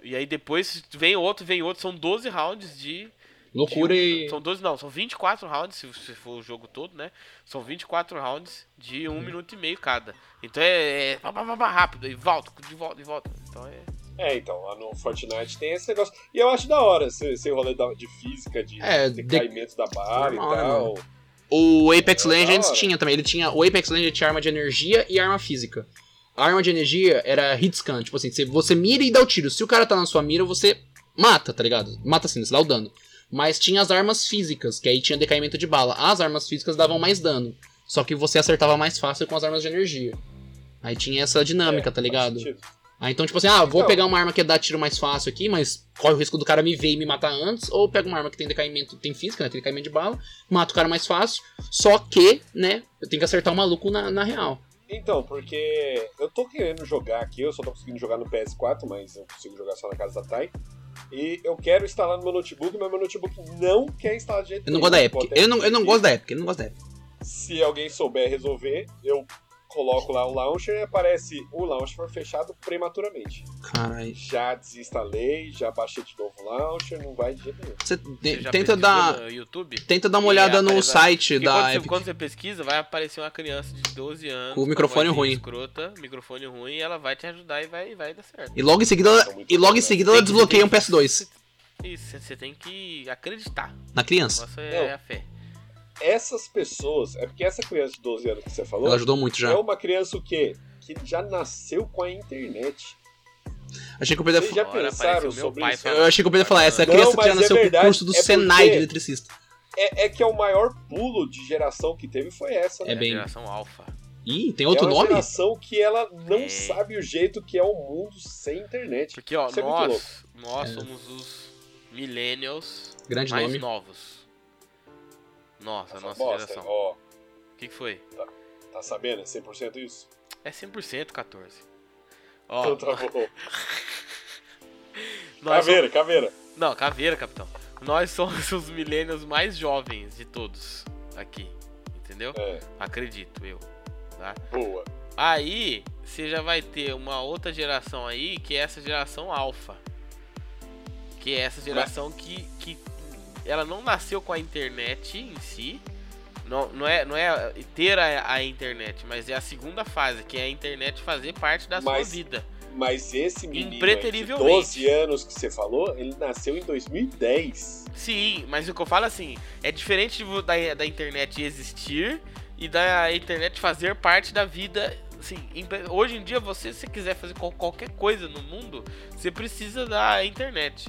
C: e aí depois vem outro, vem outro, são 12 rounds de
B: Loucura
C: de-
B: e...
C: São 12 não, são 24 rounds, se, se for o jogo todo, né? São 24 rounds de
B: Uhum.
C: 1 minuto e meio cada. Então é, é pá, pá, pá, pá, rápido, e volta, de volta, e volta. Então é.
A: É, então, lá no Fortnite tem esse negócio. E eu acho da hora esse, esse rolê da- de física, de
B: É,
A: decaimento da bala
B: Normal, né,
A: e tal. É,
B: O Apex
A: da
B: Legends
A: hora.
B: tinha também, ele tinha, o Apex Legends tinha arma de energia e arma física. A arma de energia era hitscan, tipo assim, você, você mira e dá o tiro. Se o cara tá na sua mira, você mata, tá ligado? Mata assim, você dá o dano. Mas tinha as armas físicas, que aí tinha decaimento de bala. As armas físicas davam mais dano, só que você acertava mais fácil com as armas de energia. Aí tinha essa dinâmica,
A: É,
B: tá
A: faz
B: ligado?
A: sentido.
B: Ah, então, tipo assim, ah, vou
A: Então.
B: pegar uma arma que dá tiro mais fácil aqui, mas corre o risco do cara me ver e me matar antes, ou pego uma arma que tem decaimento, tem física, né? Tem decaimento de bala, mato o cara mais fácil, só que, né, eu tenho que acertar o maluco na, na real.
A: Então, porque eu tô querendo jogar aqui, eu só tô conseguindo jogar no PS4, mas eu consigo jogar só na casa da Thay. E eu quero instalar no meu notebook, mas meu notebook não quer instalar de jeito
B: Eu não gosto da
A: nenhum. Vou
B: Epic.
A: até
B: Eu não, eu não
A: pedir
B: gosto da Epic, eu não gosto da Epic.
A: Se alguém souber resolver, eu coloco lá o launcher e aparece o launcher foi fechado prematuramente.
B: Caralho.
A: Já desinstalei, já baixei de novo o launcher, não vai de jeito nenhum.
B: Você te-
C: Você já
B: tenta
C: pesquisou
B: dar.
C: no YouTube?
B: Tenta dar uma
C: E
B: olhada no
C: aparece-
B: site
C: Porque
B: da
C: quando,
B: Epic.
C: Você, quando você pesquisa, vai aparecer uma criança de 12 anos.
B: Com o microfone
C: vozinha
B: ruim.
C: Escrota, microfone ruim, e ela vai te ajudar e vai, vai dar certo.
B: E logo em seguida,
A: Tá
B: ela,
A: muito
B: e logo em
A: bom,
B: seguida ela
C: Tem que-
B: desbloqueia um
C: tem que-
B: PS2
C: Isso, você tem que acreditar.
B: na
C: O
B: criança.
C: negócio é
A: Não.
C: a fé.
A: Essas pessoas, é porque essa criança de 12 anos que você falou,
B: Ela ajudou muito
A: é
B: já.
A: uma criança o quê? Que já nasceu com a internet.
B: Achei que o Pedro ia
A: Vocês já
C: Uma hora
A: pensaram
C: apareceu meu
A: sobre
C: pai
A: isso?
C: falando.
B: Eu achei que eu podia falar, essa
A: Não,
B: criança que já
A: mas é
B: nasceu com o
A: verdade,
B: curso do
A: é
B: Senai
A: porque-
B: de eletricista.
A: É, é que é o maior pulo de geração que teve foi essa, né?
B: É
C: É
B: bem-
C: bem... geração alfa.
B: Ih, tem outro
A: é uma
B: nome?
A: geração que ela não
C: É.
A: sabe o jeito que é o mundo sem internet.
C: Porque, ó,
A: Isso é muito
C: nós, nós somos os millennials
B: Grande
C: mais
B: É. nome.
C: novos. Nossa, a
A: Essa
C: nossa
A: bosta,
C: geração.
A: ó,
C: O que, que foi?
A: tá sabendo? É 100% isso?
C: É 100% 14. Ó,
A: Então tá bom.
C: nós somos-
A: Caveira, caveira.
C: Não, caveira, capitão. Nós somos os millennials mais jovens de todos aqui. Entendeu?
A: É,
C: Acredito eu.
A: boa.
C: Aí, você já vai ter uma outra geração aí, que é essa geração alfa. Que é essa geração que, que ela não nasceu com a internet em si. Não, não, é, não é ter a, a internet, mas é a segunda fase, que é a internet fazer parte da
A: Mas-
C: sua vida.
A: Mas esse menino aí de
C: Impreterivelmente.
A: 12 anos que você falou, ele nasceu em 2010.
C: Sim, mas o que eu falo assim, é diferente de vo- da, da internet existir e da internet fazer parte da vida. Assim, em pe- hoje em dia, você, se quiser fazer qual- qualquer coisa no mundo, você precisa da internet.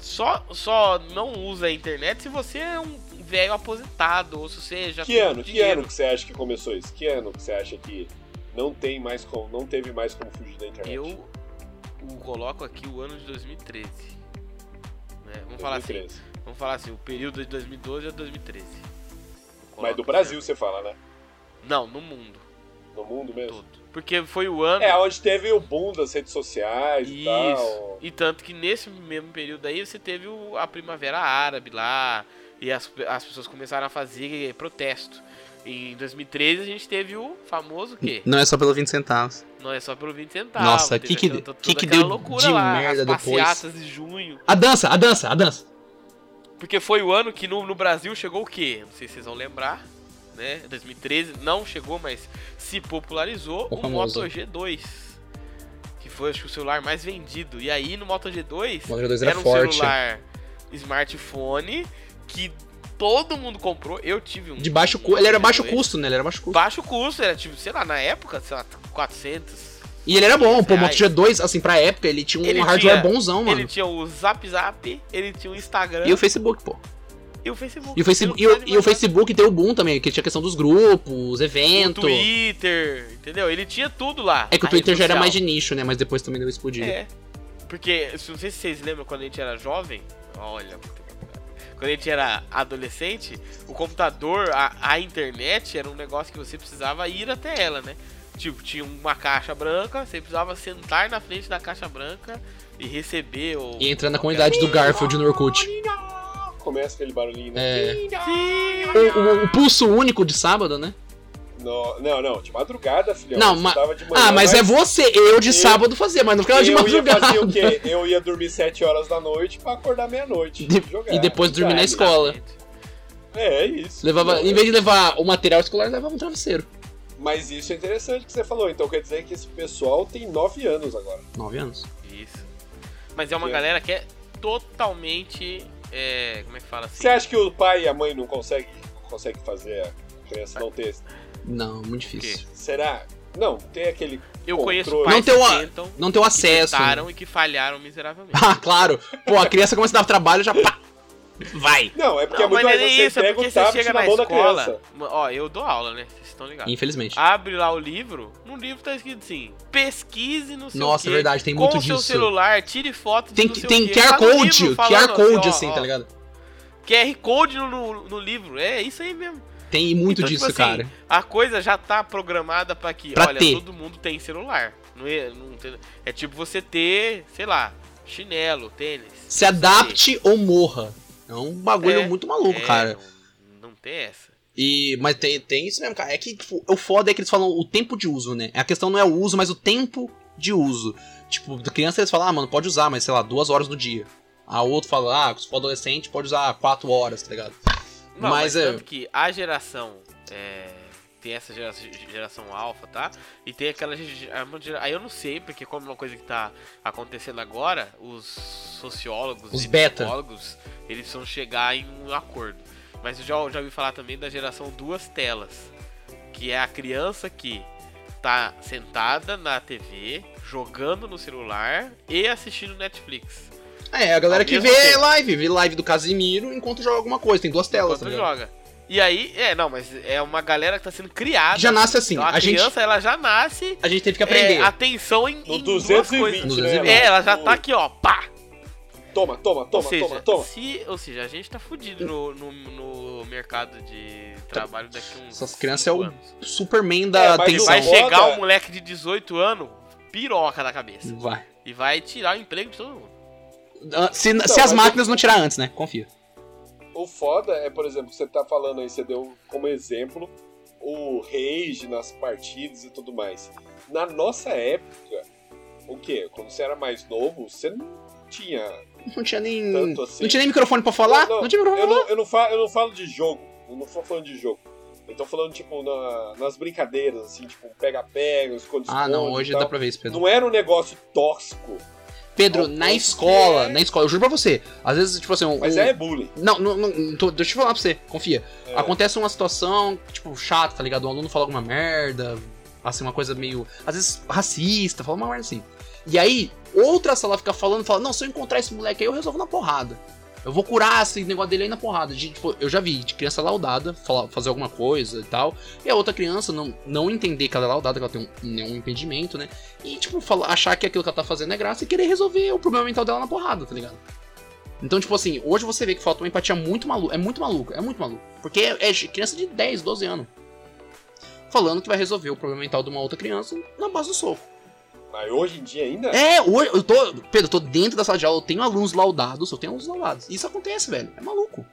C: Só, só não usa a internet se você é um velho aposentado ou se você já
A: Que
C: tem
A: ano, que
C: dinheiro.
A: ano que você acha que começou isso? Que ano que você acha que não tem mais como, não teve mais como fugir da internet?
C: Eu o coloco aqui o ano de 2013. né? Vamos falar assim,
A: 2013.
C: vamos falar assim, o período de 2012 a 2013.
A: Mas do
C: Coloco,
A: Brasil
C: né?
A: você fala, né?
C: Não, no mundo.
A: No mundo mesmo.
C: todo. Porque foi o ano.
A: É, onde teve o boom das redes sociais e
C: Isso.
A: tal.
C: E tanto que nesse mesmo período aí você teve o- a Primavera Árabe lá. E as, as pessoas começaram a fazer protesto. E em 2013 a gente teve o famoso o quê?
B: Não é só pelo 20 centavos.
C: Não é só pelo 20 centavos.
B: Nossa,
C: teve
B: que que
C: aquela-
B: de-
C: toda
B: que que
C: aquela
B: deu
C: loucura
B: de
C: lá,
B: merda
C: as
B: depois?
C: passeatas de junho.
B: A dança, a dança, a dança.
C: Porque foi o ano que no, no Brasil chegou o quê? Não sei se vocês vão lembrar, né? 2013 não chegou, mas se popularizou
B: O
C: o,
B: famoso.
C: Moto G2. Que foi acho que o celular mais vendido. E aí no Moto G2
B: O Mario 2
C: era
B: era
C: um
B: forte.
C: celular smartphone que todo mundo comprou. Eu tive um.
B: De baixo
C: um
B: cu... Ele era baixo
C: G2.
B: custo, né? Ele era baixo custo.
C: Baixo custo, era tipo, sei lá, na época, sei lá, 400.
B: E ele era bom, pô. O Moto
C: Reais.
B: G2, assim, pra época, ele tinha um
C: Ele
B: hardware
C: tinha-
B: bonzão, mano.
C: Ele tinha o Zap Zap, ele tinha o Instagram
B: E o Facebook, pô.
C: e o Facebook.
B: E o, Facebook, e,
C: Você
B: o,
C: não pode
B: e o
C: imaginar.
B: Facebook tem o boom também, que tinha a questão dos grupos,
C: O
B: evento.
C: Twitter, entendeu? Ele tinha tudo lá.
B: É que o
C: A
B: Twitter
C: rede
B: já era
C: social.
B: mais de nicho, né? Mas depois também deu explodir.
C: É. Porque, se- não sei se vocês lembram quando a gente era jovem, olha. Quando a gente era adolescente, o computador, a, a internet era um negócio que você precisava ir até ela, né? Tipo, tinha uma caixa branca, você precisava sentar na frente da caixa branca e receber o.
B: E entrando na comunidade do Garfield no Orkut.
A: Começa aquele barulhinho, né?
B: É. O,
C: Sim,
B: o- o pulso único de sábado, né?
A: No- não, não, de madrugada, filhão.
B: Não,
A: Você
B: ma-
A: tava de manhã,
B: Ah, mas é você. Eu de
A: Eu-
B: sábado fazia, mas não ficava de
A: Eu ia
B: madrugada.
A: fazer o quê? Eu ia dormir 7 horas da noite pra acordar meia-noite.
B: De-
A: jogar.
B: e depois dormir na
A: Sabe?
B: escola.
A: É, é isso.
B: Levava,
A: Não,
B: em vez de levar o material escolar, levava um travesseiro.
A: Mas isso é interessante que você falou. Então quer dizer que esse pessoal tem 9 anos agora.
B: Nove anos.
C: Isso. Mas é uma
A: É.
C: galera que é totalmente. é, como é que fala assim?
A: Você acha que o pai e a mãe não conseguem consegue fazer a criança não ter.
B: Não, muito difícil.
A: Será? Não, tem aquele.
C: Eu
A: Controle.
C: conheço pais
B: Não tem uma-
C: que tentam,
B: Não tem o
C: que
B: acesso. né?
C: tentaram e que falharam miseravelmente.
B: Ah, claro. Pô, a criança começa a dar trabalho já pá. Vai.
A: Não, é porque é
C: não,
A: muito
C: mas não é nem
A: mais
C: isso,
A: você
C: é
A: pega
B: um
C: porque
A: o
C: você
A: tablet
C: chega
A: na
C: na
A: mão da
C: escola.
A: criança.
C: Ó, eu dou aula, né? Vocês estão ligados.
B: Infelizmente.
C: Abre lá o livro, no livro tá escrito assim: pesquise no seu
B: Nossa, é verdade, tem muito
C: com o seu
B: disso.
C: celular, tire foto de
B: Tem,
C: não sei
B: tem
C: o quê.
B: QR
C: Tá no
B: Code,
C: livro falando
B: QR Code
C: ó,
B: assim,
C: ó,
B: tá ligado?
C: QR Code no- no, no livro, é isso aí mesmo.
B: Tem muito
C: Então,
B: disso,
C: tipo assim,
B: cara.
C: A coisa já tá programada pra que,
B: Pra
C: olha,
B: ter.
C: todo mundo tem celular. Não é, não tem- é tipo você ter, sei lá, chinelo, tênis.
B: Se adapte ou morra. É um bagulho
C: É,
B: muito maluco,
C: É,
B: cara.
C: Não, não tem essa.
B: E, mas tem, tem isso mesmo, cara. É que tipo, o foda é que eles falam o tempo de uso, né? A questão não é o uso, mas o tempo de uso. Tipo, da criança eles falam, ah, mano, pode usar, mas sei lá, duas horas no dia. A outro fala, ah, se for adolescente, pode usar quatro horas, tá ligado?
C: Não,
B: mas,
C: mas,
B: é.
C: tanto que a geração é, tem essa gera- geração, alfa, tá? E tem aquela ge- a uma gera- aí eu não sei porque como é uma coisa que tá acontecendo agora, os sociólogos,
B: Os
C: e
B: beta.
C: psicólogos, eles precisam chegar em um acordo. Mas eu já, já ouvi falar também da geração duas telas, que é a criança que tá sentada na TV, jogando no celular e assistindo Netflix.
B: É, a galera
C: Ao
B: que
C: mesmo
B: vê
C: tempo.
B: live, vê live do Casimiro enquanto joga alguma coisa, tem duas telas, tá
C: Enquanto
B: ligado?
C: joga. E aí, é, não, mas é uma galera que tá sendo criada.
B: Já nasce assim,
C: Então, a,
B: a, gente,
C: criança, ela já nasce
B: a gente teve que
C: é,
B: aprender.
C: atenção em,
A: No
C: em duas
A: 220,
C: coisas.
A: né?
B: No 220.
C: É, ela já
A: No-
C: tá aqui, ó, pá!
A: Toma, toma,
C: ou
A: toma,
C: seja,
A: toma, toma.
C: Se, ou seja, a gente tá fudido no, no, no mercado de trabalho daqui a uns
B: Essas crianças é
C: cinco
B: o
C: anos.
B: Superman da
A: É, mas
B: atenção.
C: Vai
A: São
C: chegar
A: moda.
C: um moleque de 18 anos, piroca na cabeça.
B: Vai.
C: E vai tirar o emprego de todo mundo.
B: Ah, Se,
A: Então,
B: se as
A: mas
B: máquinas não tirar antes, né? Confia.
A: O foda é, por exemplo, você tá falando aí, você deu como exemplo o rage nas partidas e tudo mais. Na nossa época, o quê? Quando você era mais novo, você não tinha
B: Não tinha nem.
A: tanto assim.
B: Não tinha nem microfone pra falar? Não, tinha microfone
A: eu
B: pra falar.
A: não, eu, não falo, eu não falo de jogo. Eu não tô falando de jogo. Eu tô falando, tipo, na- nas brincadeiras, assim, tipo, pega-pega, esconde-esconde.
B: Ah, não,
A: e
B: hoje
A: tal.
B: dá pra ver isso, Pedro.
A: Não era um negócio tóxico,
B: Pedro,
A: Não,
B: na
A: porque-
B: escola, na escola, eu juro pra você. Às vezes, tipo assim, um.
A: mas
B: um-
A: é bullying.
B: Não, não, não, não tô- deixa eu falar pra você, confia.
A: É.
B: Acontece uma situação, tipo, chata, tá ligado? Um aluno fala alguma merda, assim, uma coisa meio. Às vezes racista, fala uma merda assim. E aí, outra sala fica falando, fala, não, se eu encontrar esse moleque aí, eu resolvo na porrada. Eu vou curar esse negócio dele aí na porrada. De, tipo, eu já vi de criança laudada falar, fazer alguma coisa e tal. E a outra criança não, não entender que ela é laudada, que ela tem um, nenhum impedimento, né? E, tipo, falar, achar que aquilo que ela tá fazendo é graça e querer resolver o problema mental dela na porrada, tá ligado? Então, tipo assim, hoje você vê que falta uma empatia muito maluca. É muito maluca, é muito maluca. Porque é, é criança de 10, 12 anos. Falando que vai resolver o problema mental de uma outra criança na base do soco.
A: Mas hoje em dia ainda
B: É, hoje eu tô. Pedro, eu tô dentro da sala de aula, eu tenho alunos laudados, eu tenho alunos laudados. Isso acontece, velho. É maluco.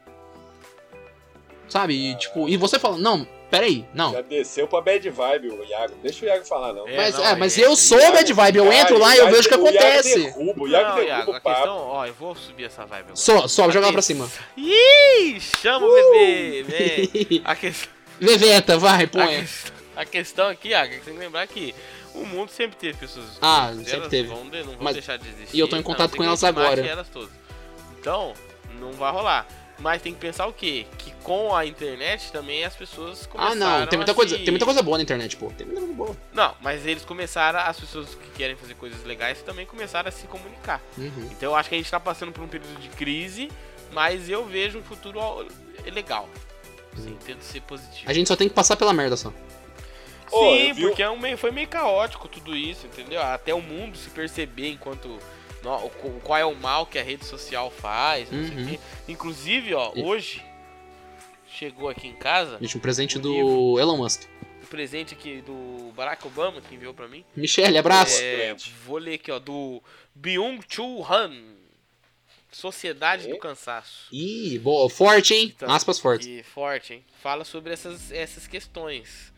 B: Sabe? E, tipo, e você fala, não, peraí, não.
A: já desceu pra bad vibe o Iago. Deixa o Iago falar, não.
B: Mas,
C: não,
B: é, mas
C: é-
B: eu sou bad vibe, eu entro lá e eu
A: Iago-
B: vejo o que
A: Iago
B: acontece.
A: derruba, O Iago
C: não,
A: derruba
C: a
A: o papo.
C: questão, ó, eu vou subir essa vibe agora.
B: Só, só, joga lá pra cima.
C: Ih, chama o
B: Uh!
C: bebê, vem. A questão.
B: Veveta, vai,
C: A
B: põe.
C: questão- A questão aqui, ah, que tem que lembrar que o mundo sempre teve pessoas.
B: Ah,
C: elas
B: sempre teve.
C: Vão de- não vão
B: Mas-
C: deixar de existir.
B: e eu tô em
C: a não
B: contato
C: ser
B: com
C: que
B: elas
C: a gente mate
B: agora.
C: Elas todas. Então, não vai rolar. Mas tem que pensar o quê? Que com a internet também as pessoas começaram assim.
B: Ah, não, tem muita
C: a
B: coisa,
C: se-
B: tem muita coisa boa na internet, pô. Tem muita coisa boa.
C: Não, mas eles começaram, as pessoas que querem fazer coisas legais também começaram a se comunicar.
B: Uhum.
C: Então eu acho que a gente tá passando por um período de crise, mas eu vejo um futuro ó, legal. Assim, tento ser positivo.
B: A gente só tem que passar pela merda só.
A: Ô,
C: Sim,
A: eu vi um-
C: porque é um meio- foi meio caótico tudo isso, entendeu? Até o mundo se perceber enquanto. no- o co- qual é o mal que a rede social faz, não sei o
B: Uhum.
C: quê. Inclusive, ó,
B: E-
C: hoje chegou aqui em casa
B: Gente, um presente
C: O
B: do
C: livro.
B: Elon Musk.
C: um presente aqui do Barack Obama que enviou pra mim.
B: Michele, abraço.
C: É, vou ler aqui, ó, do Byung-Chul Han. Sociedade do
A: E?
C: Cansaço.
B: Ih, boa, forte, hein?
C: Então,
B: Aspas fortes.
C: E forte, hein? Fala sobre essas, essas questões.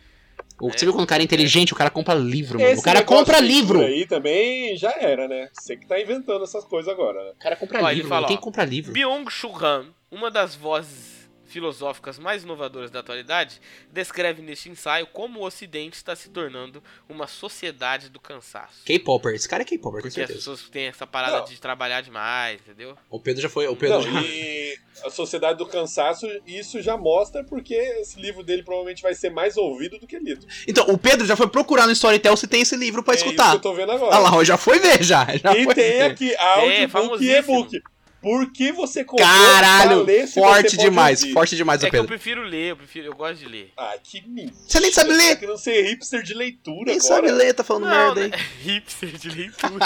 B: O-
C: né?
B: Você viu quando o cara é inteligente, o cara compra livro, mano.
A: Esse
B: o cara
A: negócio
B: compra
A: de
B: livro.
A: cultura aí também já era, né? Você que tá inventando essas coisas agora, né?
B: O cara compra
C: Ó, ele
B: livro,
C: fala,
B: mano. Quem
C: ó,
B: compra livro?
C: Byung-Chul Han, uma das vozes filosóficas mais inovadoras da atualidade, descreve neste ensaio como o Ocidente está se tornando uma sociedade do cansaço.
B: K-Popper. Esse cara é K-Popper, com
C: Porque as
B: certeza.
C: pessoas têm essa parada
A: Não.
C: de trabalhar demais, entendeu?
B: O Pedro já foi. O Pedro
A: Não,
B: já...
A: e a Sociedade do Cansaço, isso já mostra porque esse livro dele provavelmente vai ser mais ouvido do que lido.
B: Então, o Pedro já foi procurar no Storytel se tem esse livro pra
A: é isso que
B: escutar.
A: eu tô vendo
B: Olha
A: agora.
B: lá, ó, já foi ver, já. já
A: e
B: foi
A: tem
B: ver.
A: aqui audiobook e
C: É, famosíssimo.
A: e-book. Por que você comprou pra
B: Caralho,
A: ler se você
B: forte
A: pode
B: demais,
A: ouvir?
B: forte demais o
C: é que eu
B: Pedro.
C: prefiro ler, eu prefiro, eu gosto de ler.
A: Ah, que mentira.
B: Você nem sabe ler.
A: Que não ser hipster de leitura
B: Nem
A: agora.
B: sabe ler, tá falando merda Ah, aí.
C: né? hipster de leitura.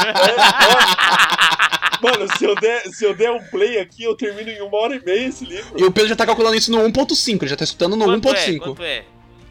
A: Mano, se eu, der, se eu der um play aqui, eu termino em uma hora e meia esse livro.
B: E o Pedro já tá calculando isso no 1.5, ele já tá escutando no
C: quanto é?
B: 1.5.
C: Quanto é?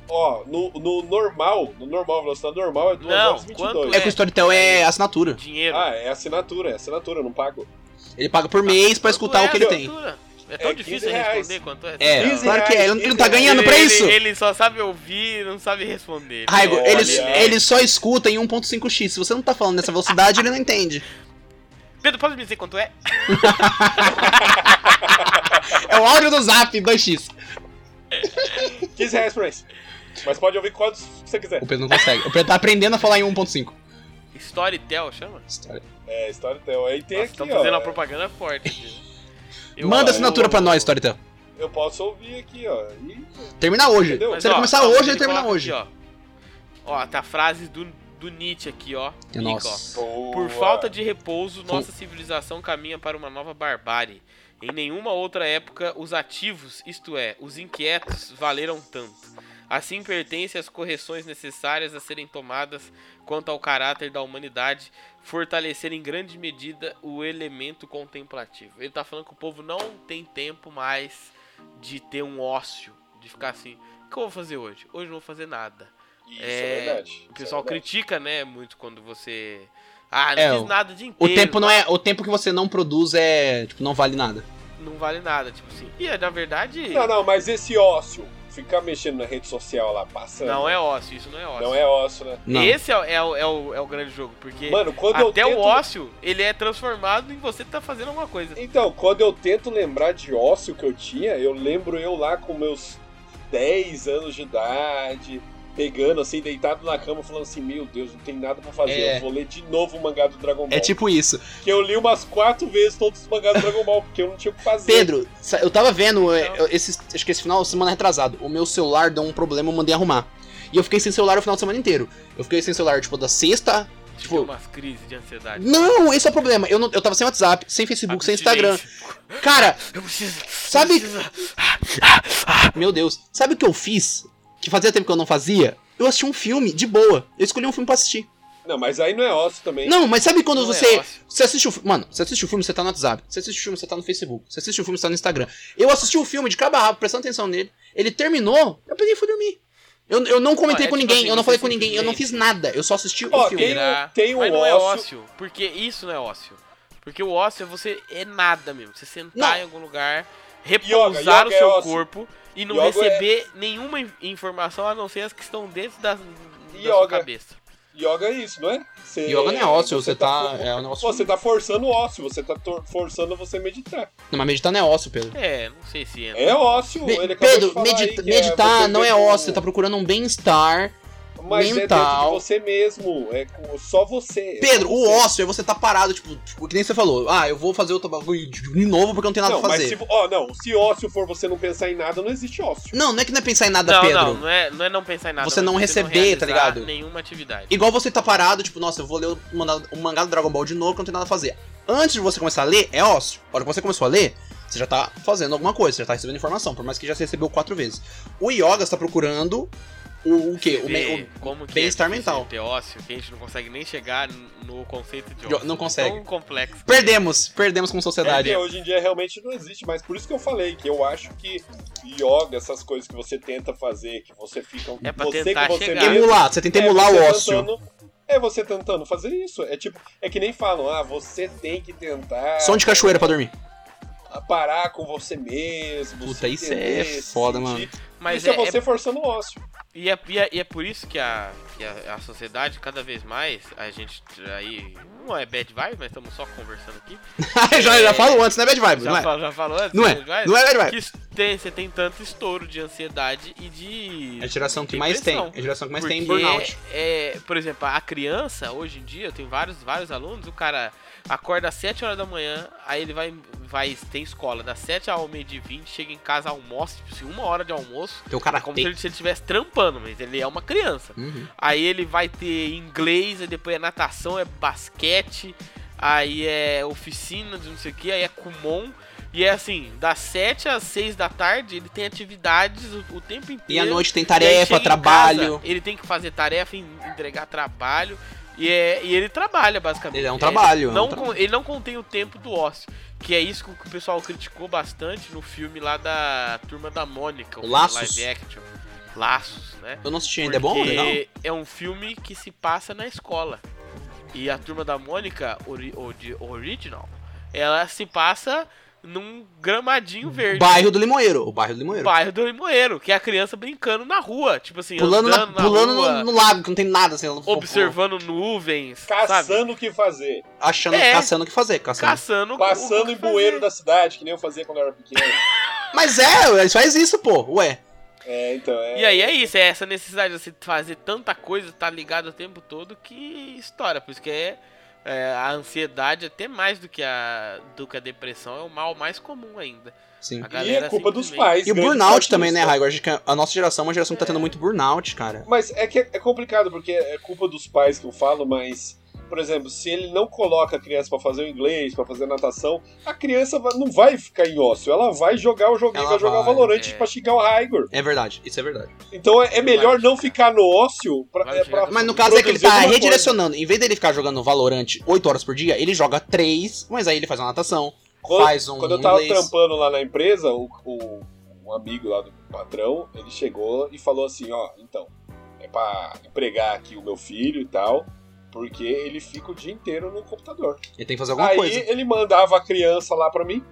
A: Ó, no, no normal, no normal, a velocidade normal é 2
C: Não,
A: horas e Ah, 22.
C: quanto
B: É que o Storytel é assinatura.
C: Dinheiro.
A: Ah, é assinatura, é assinatura, eu não pago.
B: Ele paga por mês pra
C: Quanto
B: escutar
C: é
B: o que ele
C: a
B: tem.
C: leitura? É tão
A: É, 15
C: difícil
A: reais.
C: responder quanto é.
B: É,
A: Quinze
B: claro que é. Ele,
A: reais,
B: ele não tá
A: quinze
B: ganhando pra
C: ele,
B: isso.
C: Ele, ele só sabe ouvir, não sabe responder.
B: Raigo,
A: Olha.
B: ele, ele só escuta em 1.5x. Se você não tá falando nessa velocidade, ele não entende.
C: Pedro, pode me dizer quanto é?
B: É o áudio do Zap 2x.
A: 15 reais por mês. Mas pode ouvir quantos você quiser.
B: O Pedro não consegue. O Pedro tá aprendendo a falar em 1.5.
C: Storytel, chama?
B: História.
A: É, Storytel. Aí tem
C: Nossa,
A: aqui,
C: tão
A: ó.
C: fazendo uma propaganda forte. aqui. Eu-
B: Manda
A: eu-
B: assinatura pra nós, tá? Storytel.
A: Eu posso ouvir aqui, ó. E-
B: Termina hoje.
A: Entendeu?
C: Mas,
B: Se ele
C: ó,
B: começar
C: ó,
B: hoje, ele termina
C: coloca
B: hoje.
C: aqui, ó. ó, tá a frase do, do Nietzsche aqui, ó. Fica,
B: É
C: ó.
B: Nossa.
A: Boa.
C: Por falta de repouso, nossa civilização caminha para uma nova barbárie. Em nenhuma outra época, os ativos, isto é, os inquietos, valeram tanto. Assim pertence às correções necessárias a serem tomadas quanto ao caráter da humanidade, fortalecer em grande medida o elemento contemplativo. Ele tá falando que o povo não tem tempo mais de ter um ócio, de ficar assim, o que eu vou fazer hoje? Hoje eu não vou fazer nada.
A: Isso,
C: É,
A: é verdade.
C: O pessoal
A: Isso é verdade.
C: critica, né, muito quando você. Ah, não
B: É,
C: fiz
B: o-
C: nada o dia
B: O
C: inteiro. ah,
B: tempo não é. O tempo que você não produz é. Tipo, não vale nada.
C: Não vale nada, tipo assim. E na verdade.
A: Não,
C: Não,
A: não, mas esse ócio, ficar mexendo na rede social lá, passando.
C: é ócio, isso não é ócio.
A: Não é ócio, né?
B: Não.
C: Esse é, o- é o, é, o, é o grande jogo, porque
A: Mano, quando eu
C: até
A: tento...
C: o ócio, ele é transformado em você tá fazendo alguma coisa.
A: Então, quando eu tento lembrar de ócio que eu tinha, eu lembro eu lá com meus 10 anos de idade, pegando assim, deitado na cama, falando assim, meu Deus, não tem nada pra fazer,
B: É.
A: eu vou ler de novo o mangá do Dragon Ball.
B: É tipo isso.
A: Que eu li umas quatro vezes todos os mangás do Dragon Ball, porque eu não tinha o que fazer.
B: Pedro, sa- eu tava vendo eh, eu- esse, acho que esse final de semana retrasado. O meu celular deu um problema, eu mandei arrumar. E eu fiquei sem celular o final de semana inteiro. Eu fiquei sem celular, tipo, da sexta.
C: Tipo,
B: Tipo.
C: umas crises de ansiedade.
B: Não, esse é o problema. Eu, não, eu tava sem WhatsApp, sem
C: Ah,
B: Facebook, sem Instagram.
C: Abstinência.
B: Cara,
C: Eu preciso.
B: Sabe-
C: Eu preciso.
B: Meu Deus, sabe o que eu fiz? Que fazia tempo que eu não fazia? Eu assisti um filme de boa. Eu escolhi um filme pra assistir.
A: Não, mas aí não é ócio também.
B: Não, mas sabe quando
C: Não é
B: você.
C: ócio.
B: você assiste o fi- Mano, você assiste o filme, você tá no WhatsApp. Você assiste o filme, você tá no Facebook. Você assiste o filme, você tá no Instagram. Eu assisti o filme de cabo a rabo, prestando atenção nele. Ele terminou, eu peguei e fui dormir. Eu, eu não comentei
C: Ó, é
B: com
C: tipo
B: ninguém,
C: assim,
B: eu não
C: você
B: falei com ninguém, eu não
C: simplesmente-
B: fiz nada. Eu só assisti
A: Ó,
B: o filme.
A: tem- tem um
C: Mas não é
A: ócio.
C: ócio, porque isso não é ócio. Porque o ócio é você é nada mesmo. Você sentar
B: Não.
C: em algum lugar, repousar
A: yoga
C: o seu
A: é ócio.
C: corpo e não
A: Yoga
B: é-
C: receber nenhuma in- informação a não ser as que estão dentro da, da sua
A: Yoga.
C: cabeça.
A: Yoga é isso, não é? Você,
B: Yoga não é ócio, você tá.
A: for-
B: É um negócio.
A: Você tá forçando o ócio, você tá tor- forçando você a meditar.
B: Não, mas meditar não é ócio, Pedro.
C: É, não sei se entra.
A: É ócio,
B: Me-
A: ele acabou de
B: Pedro,
A: falar aí
B: medita-
A: que é
B: meditar
A: você
B: não é
A: mesmo-
B: ócio, você tá procurando um bem-estar.
A: Mas é dentro
B: mental.
A: de você mesmo, é com- só você. é
B: Pedro,
A: só
B: o
A: você.
B: ócio é você tá parado, tipo, tipo, que nem você falou. Ah, eu vou fazer outro bagulho de de novo porque eu não tenho é nada
A: Não,
B: pra
A: mas
B: fazer.
A: se, ó, não, se ócio for você não pensar em nada, não existe ócio.
B: Não, não é que não é pensar em nada,
C: Não,
B: Pedro.
C: não, não é, não é não pensar em nada.
B: Você
C: mas
B: não receber, tá
C: realizar
B: ligado?
C: Nenhuma atividade.
B: Igual você tá parado, tipo, nossa, eu vou ler o, manda- o mangá do Dragon Ball de novo porque eu não tenho nada pra fazer. Antes de você começar a ler, é ócio. A hora que você começou a ler, você já tá fazendo alguma coisa, você já tá recebendo informação, por mais que já se recebeu quatro vezes. O Yoga está procurando o, o quê? O, me-
C: Ver
B: o-
C: como que
B: bem-estar
C: é difícil
B: mental.
C: ter ócio, que a gente não consegue nem chegar n- no conceito de
B: Yo-
C: ócio.
B: não consegue.
C: Tão complexo.
B: Perdemos, perdemos como
A: É,
B: sociedade.
A: porque hoje em dia realmente não existe, mas por isso que eu falei que eu acho que yoga, essas coisas que você tenta fazer, que você fica
C: É pra
A: você
C: tentar
A: com você
C: chegar.
A: mesmo,
B: Emular, você tenta emular
A: é você
B: o ócio.
A: tentando- é você tentando fazer isso. É tipo, é que nem falam, ah, você tem que tentar
B: Som de cachoeira pra dormir.
A: parar com você mesmo.
B: Puta,
A: se
B: isso é foda, mano.
C: Mas
A: isso é,
C: é- é
A: você forçando o ócio.
C: E é, e é- e é por isso que, a, que a, a sociedade, cada vez mais, a gente aí. Não é bad vibe, mas estamos só conversando aqui.
B: já, já falo antes, não é bad vibe,
C: Já,
B: não é?
C: fal- já falou antes,
B: Não é,
C: bad vibe?
B: não é bad vibe.
C: Que es- tem, você tem tanto estouro de ansiedade e de.
B: É a geração que mais tem.
C: depressão.
B: É a geração que mais tem
C: Porque,
B: burnout.
C: É, por exemplo, a criança, hoje em dia, eu tenho vários, vários alunos, o cara acorda às 7 horas da manhã, aí ele vai, vai tem escola das 7 ao meio de 20, chega em casa, almoça, tipo assim, uma hora de almoço.
B: Tem o cara
C: é Como
B: tem.
C: se ele- se ele estivesse trampando, mas ele é uma criança.
B: Uhum.
C: Aí ele vai ter inglês, aí depois é natação, é basquete, aí é oficina de não sei o que, aí é Kumon. E é assim, das 7 às 6 da tarde ele tem atividades o, o tempo
B: E
C: inteiro.
B: à noite tem
C: E aí chega
B: tarefa,
C: em
B: trabalho.
C: casa, ele tem que fazer tarefa, en- entregar trabalho. E, é, e ele trabalha, basicamente.
B: Ele é um trabalho, é um
C: não
B: tra-
C: con- Ele não contém o tempo do ócio. Que é isso que o pessoal criticou bastante no filme lá da Turma da Mônica. o filme
B: Laços.
C: Live action. Laços, né?
B: Eu não assisti ainda, é bom?
C: Porque
B: Legal.
C: É um filme que se passa na escola. E a turma da Mônica, ori- ori- original, ela se passa num gramadinho verde.
B: Bairro do Limoeiro. O bairro do
C: no
B: Limoeiro.
C: bairro do Limoeiro, que é a criança brincando na rua, tipo assim,
B: Pulando, na-
C: andando na,
B: pulando
C: rua,
B: no, no lago, que não tem nada assim. ela-
C: observando nuvens, sabe?
A: Caçando o que fazer.
B: Achando,
C: É.
B: caçando o que fazer, caçando.
C: Caçando o-
A: Passando
C: o
A: em
C: que fazer.
A: bueiro da cidade, que nem eu fazia quando eu era pequeno.
B: Mas é, eles fazem isso, pô. Ué.
A: É, então, é.
C: E aí é isso, é essa necessidade de você fazer tanta coisa, tá ligado o tempo todo, que estoura. Por isso que é, é, a ansiedade, até mais do que a, do que a depressão, é o mal mais comum ainda.
B: Sim.
C: A
A: E
C: galera
A: é culpa dos
C: simplesmente-
A: pais.
B: E o
A: grande
B: burnout
A: parte
B: também,
A: disso,
B: né, Raigo? Acho que a nossa geração é uma geração que tá tendo muito burnout, cara.
A: Mas é que é é complicado, porque é culpa dos pais que eu falo, mas, por exemplo, se ele não coloca a criança pra fazer o inglês, pra fazer natação, a criança va- não vai ficar em ócio, ela vai jogar o joguinho,
B: Ela
A: vai jogar o
B: vai,
A: Valorant
C: é.
A: pra xingar o Raigor.
B: É verdade, isso é verdade.
A: Então é, é melhor
C: Vai
A: não
C: ficar.
A: ficar no ócio pra.
C: Vai
A: é, pra-
C: jogar.
B: Mas no caso é que ele
A: Produzir
B: tá
A: alguma
B: redirecionando. Em vez dele ficar jogando Valorant 8 horas por dia, ele joga 3, mas aí ele faz uma natação,
A: Quando-
B: faz um
A: Quando eu tava
B: inglês.
A: trampando lá na empresa, o, o- um amigo lá do patrão, ele chegou e falou assim, ó, então, é pra empregar aqui o meu filho e tal, porque ele fica o dia inteiro no computador.
B: Ele tem que fazer alguma
A: Aí
B: coisa.
A: ele mandava a criança lá pra mim.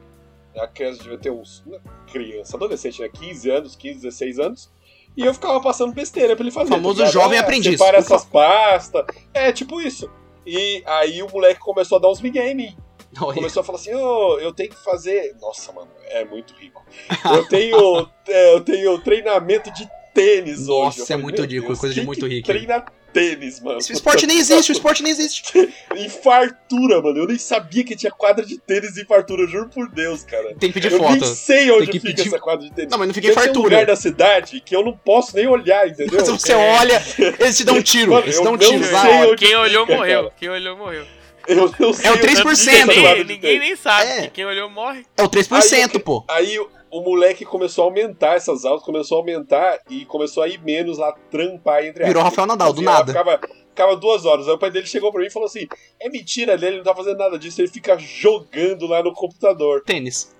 A: A criança devia ter uns. né, Criança, adolescente, né? 15 anos, 15, 16 anos. E eu ficava passando besteira pra ele fazer.
B: Famoso
A: tá ligado?
B: jovem
A: Ah,
B: aprendiz.
A: Separa
B: Ufa.
A: essas pastas. É, tipo isso. E aí o moleque começou a dar uns migué em mim. Começou a falar assim, ô, eu tenho que fazer... Nossa, mano, é muito rico. Eu tenho, é, eu tenho treinamento de tênis hoje.
B: Nossa,
A: Eu
B: é muito
A: "Meu
B: rico,
A: Deus,
B: coisa de
A: quem
B: muito
A: que
B: rico, hein?"
A: treina tênis, mano.
B: Esse esporte nem existe, o esporte nem existe.
A: Infartura, mano. Eu nem sabia que tinha quadra de tênis de infartura, eu juro por Deus, cara.
B: Tem que pedir
A: eu
B: foto.
A: nem sei onde
B: que
A: fica
B: pedir-
A: essa quadra de tênis.
B: Não, mas não fiquei
A: Deve ter um
B: fartura.
A: lugar da cidade que eu não posso nem olhar, entendeu?
B: Se você
C: É.
B: olha, eles te dão um tiro.
A: Mano,
B: eles
A: eu
B: dão um
A: não
B: tiro. lá.
A: sei onde
C: Quem olhou
A: fica,
C: morreu.
A: cara.
C: Quem olhou morreu.
A: Eu não sei
B: é o
A: onde fica
B: 3%.
A: essa
B: Essa
C: Ninguém,
A: quadra de
C: ninguém
A: tênis.
C: nem sabe.
B: É.
C: que Quem olhou morre.
B: É o 3%, pô.
A: Aí o- o moleque começou a aumentar essas aulas, começou a aumentar e começou a ir menos lá, trampar entre
B: Virou
A: aspas.
B: Rafael Nadal, do
A: é, Fazia-
B: nada.
A: Ficava, ficava duas horas. Aí o pai dele chegou pra mim e falou assim: é mentira dele, ele não tá fazendo nada disso, ele fica jogando lá no computador.
B: Tênis.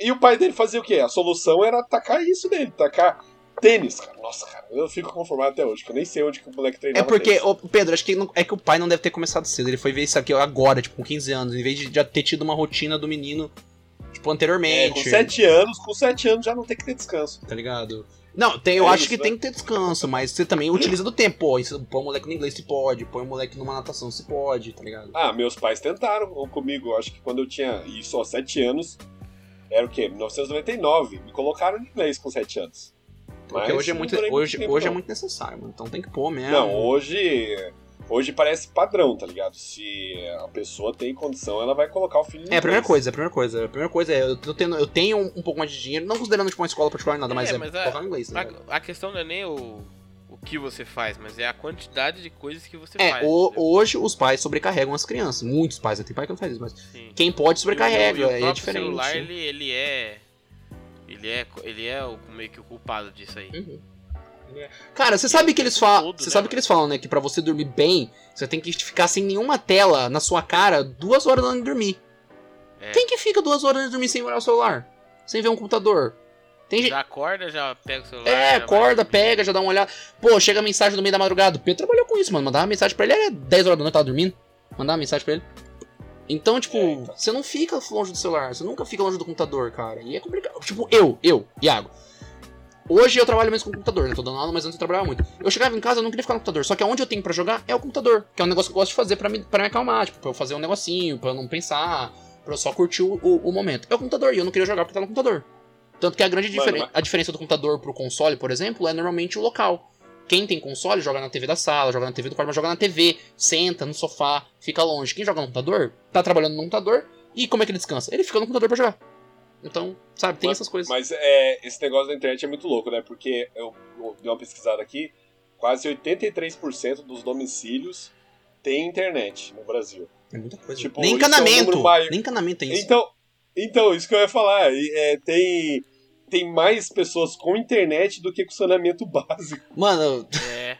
A: E o pai dele fazia o quê? A solução era atacar isso dele, atacar tênis, cara. Nossa, cara, eu fico conformado até hoje, que eu nem sei onde que o moleque
B: É
A: treinava.
B: porque,
A: tênis.
B: ô, Pedro, acho que não- é que o pai não deve ter começado cedo. Ele foi ver isso aqui agora, tipo, com 15 anos, em vez de já ter tido uma rotina do menino,
A: É,
B: tipo,
A: com
B: anteriormente.
A: sete anos, com sete anos já não tem que ter descanso.
B: Tá ligado? Não, tem, eu
A: É
B: acho
A: isso,
B: que
A: né?
B: tem que ter descanso, mas você também utiliza do tempo. Pô, isso- põe o moleque no inglês se pode, põe o moleque numa natação se pode, tá ligado?
A: Ah, meus pais tentaram comigo, eu acho que quando eu tinha e só sete anos, era o quê? 1999. Me colocaram em inglês com sete anos.
B: Porque
A: Mas
B: hoje é
A: não
B: muito,
A: durei
B: hoje,
A: tempo,
B: hoje é
A: não.
B: muito necessário, mano. Então tem que pôr mesmo.
A: Não, hoje. Hoje parece padrão, tá ligado? Se a pessoa tem condição, ela vai colocar o filho em
B: É a primeira
A: inglês.
B: coisa, é a primeira coisa. A primeira coisa é, eu, tô tendo, eu tenho um, um pouco mais de dinheiro, não considerando tipo uma escola particular nada, mas
C: É,
B: é,
C: mas é-
B: colocar no inglês. Tá ligado?
C: A, a questão não é nem o, o que você faz, mas é a quantidade de coisas que você faz.
B: É, o-
C: entendeu?
B: hoje os pais sobrecarregam as crianças. Muitos pais, né? tem pai que não faz isso, mas
C: Sim.
B: quem pode
C: E o-
B: sobrecarrega,
C: e o
B: é
C: próprio
B: diferente.
C: celular, ele, ele é. Ele é, co- ele é o, meio que o culpado disso aí.
B: Cara, você sabe que eles
C: Tudo,
B: falam, você
C: né,
B: sabe
C: mano?
B: que eles falam, né, que pra você dormir bem, você tem que ficar sem nenhuma tela na sua cara duas horas antes de dormir.
C: É.
B: Quem que fica duas horas antes de dormir sem olhar o celular, sem ver um computador? Tem gente
C: Já acorda, já pega o celular.
B: é,
C: já vai
B: acorda,
C: dormir.
B: pega, já dá uma olhada. Pô, chega a mensagem no meio da madrugada. O Pedro trabalhou com isso, mano. Mandava mensagem pra ele, era 10 horas da noite, tava dormindo. Mandava mensagem pra ele. Então, tipo,
A: É, então.
B: você não fica longe do celular, você nunca fica longe do computador, cara. E é complicado. Tipo, eu, eu, Iago. Hoje eu trabalho mesmo com computador, né? Tô dando aula, mas antes eu trabalhava muito. Eu chegava em casa, eu não queria ficar no computador. Só que onde eu tenho pra jogar é o computador, que é um negócio que eu gosto de fazer pra me, pra me acalmar, tipo, pra eu fazer um negocinho, pra eu não pensar, pra eu só curtir o, o- o momento. É o computador, e eu não queria jogar porque tá no computador. Tanto que a grande
A: Mano,
B: diferen-
A: mas-
B: a diferença do computador pro console, por exemplo, é normalmente o local. Quem tem console joga na TV da sala, joga na TV do quarto, mas joga na TV, senta no sofá, fica longe. Quem joga no computador, tá trabalhando no computador, e como é que ele descansa? Ele fica no computador pra jogar. Então, sabe, tem
A: Mas-
B: essas coisas.
A: Mas é, esse negócio da internet é muito louco, né? Porque eu, eu dei uma pesquisada aqui, quase 83% dos domicílios tem internet no Brasil.
B: É muita coisa.
A: Tipo, isso é
B: nem
A: um
B: encanamento.
A: número maior.
B: nem encanamento tem isso.
A: Então, então, isso que eu ia falar, e, é, tem, tem mais pessoas com internet do que com saneamento básico.
B: Mano,
C: É.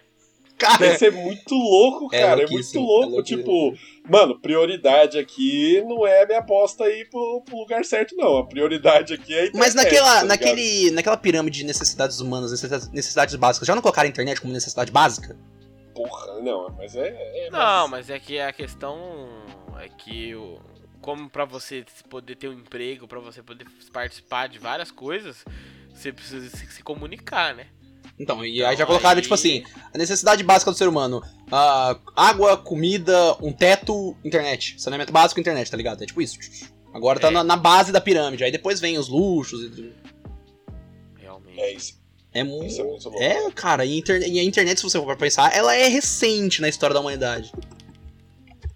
B: cara.
A: Isso é muito louco,
B: É
A: cara. É, muito
B: louquíssimo,
A: louco.
B: é
A: tipo, mano, prioridade aqui não é a minha aposta aí pro, pro lugar certo, não. A prioridade aqui é a internet.
B: Mas
A: tá
B: naquela,
A: ligado?
B: naquele, naquela pirâmide de necessidades humanas, necessidades, necessidades básicas, já não colocaram a internet como necessidade básica?
A: Porra, não, mas é. é
C: Não, mas é que a questão é que o, como para você poder ter um emprego, para você poder participar de várias coisas, você precisa se, se comunicar, né?
B: Então, e aí já colocaram, tipo assim, a necessidade básica do ser humano. ah, água, comida, um teto, internet. Saneamento básico, internet, tá ligado? É tipo isso. Agora tá
C: É.
B: na, na base da pirâmide. Aí depois vem os luxos. e-
C: Realmente.
A: É isso.
B: É muito.
A: Isso é muito louco.
B: É, cara, e, interne- e a internet, se você for pra pensar, ela é recente na história da humanidade.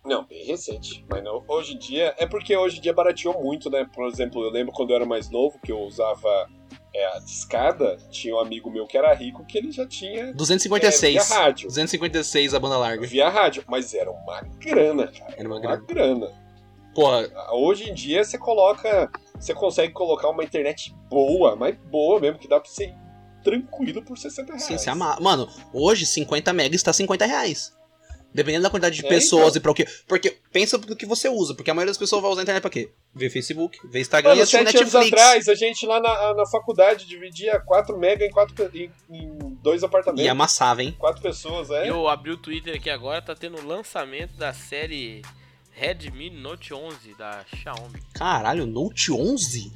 A: Não, bem recente. Mas não, hoje em dia. É porque hoje em dia barateou muito, né? Por exemplo, eu lembro quando eu era mais novo que eu usava é, a discada. Tinha um amigo meu que era rico que ele já tinha. É,
B: 256.
A: via rádio.
B: 256 a banda larga.
A: Via rádio. Mas era uma grana, cara.
B: Era uma
A: Uma
B: grande.
A: grana.
B: Porra,
A: Hoje em dia você coloca. Você consegue colocar uma internet boa, mas boa mesmo, que dá pra você ir tranquilo por 60 reais.
B: sim, é se amar. Mano, hoje 50 mega está 50 reais. Dependendo da quantidade de
A: É,
B: pessoas
A: então.
B: e pra o quê. Porque pensa do que você usa, porque a maioria das pessoas vai usar a internet pra quê? Ver Facebook, ver Instagram e
A: Mano,
B: assistir
A: sete anos
B: Netflix.
A: atrás, a gente lá na, na faculdade dividia 4 mega em, quatro, pe- em, em dois
B: E
A: apartamentos.
B: amassava, hein?
A: Quatro pessoas, é?
C: Eu abri o Twitter aqui agora, tá tendo o lançamento da série Redmi Note 11 da Xiaomi.
B: Caralho, Note 11?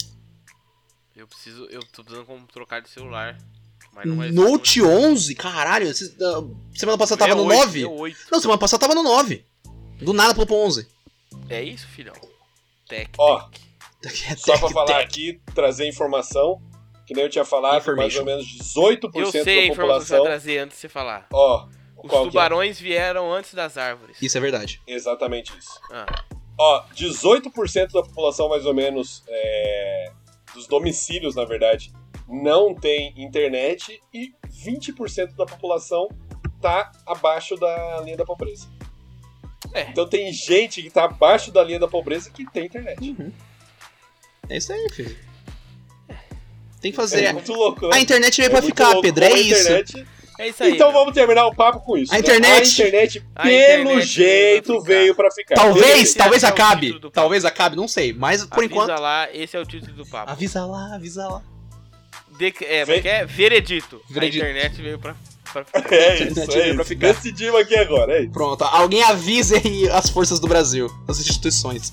C: Eu preciso, eu tô precisando como trocar de celular. Mas não é
B: Note 11? Caralho, esses- ah, semana passada
A: É
B: tava
C: É
B: no 9?
C: 8.
B: Não, semana passada tava no 9. Do nada pulou pro 11.
C: É isso, filhão. Tec,
A: Ó.
C: tec.
A: Só pra falar aqui, trazer informação, que nem eu tinha falado, mais
B: Information.
A: ou menos 18%
C: Eu sei a
A: da
C: informação que você vai
A: população.
C: trazer antes de você falar.
A: Ó,
C: Os
A: qual que é?
C: tubarões vieram antes das árvores.
B: Isso é verdade.
A: Exatamente isso.
C: Ah,
A: Ó, 18% da população, mais ou menos, é, dos domicílios, na verdade, não tem internet e 20% da população tá abaixo da linha da pobreza.
C: É.
A: Então tem gente que tá abaixo da linha da pobreza que tem internet.
B: É isso aí, filho. Tem que fazer.
A: É muito louco, né?
B: A internet veio
A: É
B: pra
A: muito
B: ficar,
A: louco
B: Pedro.
A: como
B: É
A: a
B: isso.
A: internet
C: é isso aí.
A: Então
C: meu.
A: vamos terminar o papo com isso.
B: A
A: né?
B: internet-
A: a internet
C: A
A: pelo
C: internet
A: jeito
C: veio
A: veio
C: pra
A: pra ficar.
B: Talvez,
C: Esse é
B: talvez
C: o
B: acabe.
C: título do papo.
B: Talvez acabe, não sei. Mas por
C: avisa
B: enquanto.
C: lá, esse é o título do papo.
B: Avisa lá, avisa lá.
C: De, é,
A: Ve-
C: que é veredito.
B: Veredito.
C: A internet veio pra. pra-
A: É
B: A
A: isso,
B: internet
A: é
B: veio pra
A: isso.
B: ficar.
A: Decidimos aqui agora, é isso.
B: Pronto, alguém avise aí as forças do Brasil, as instituições.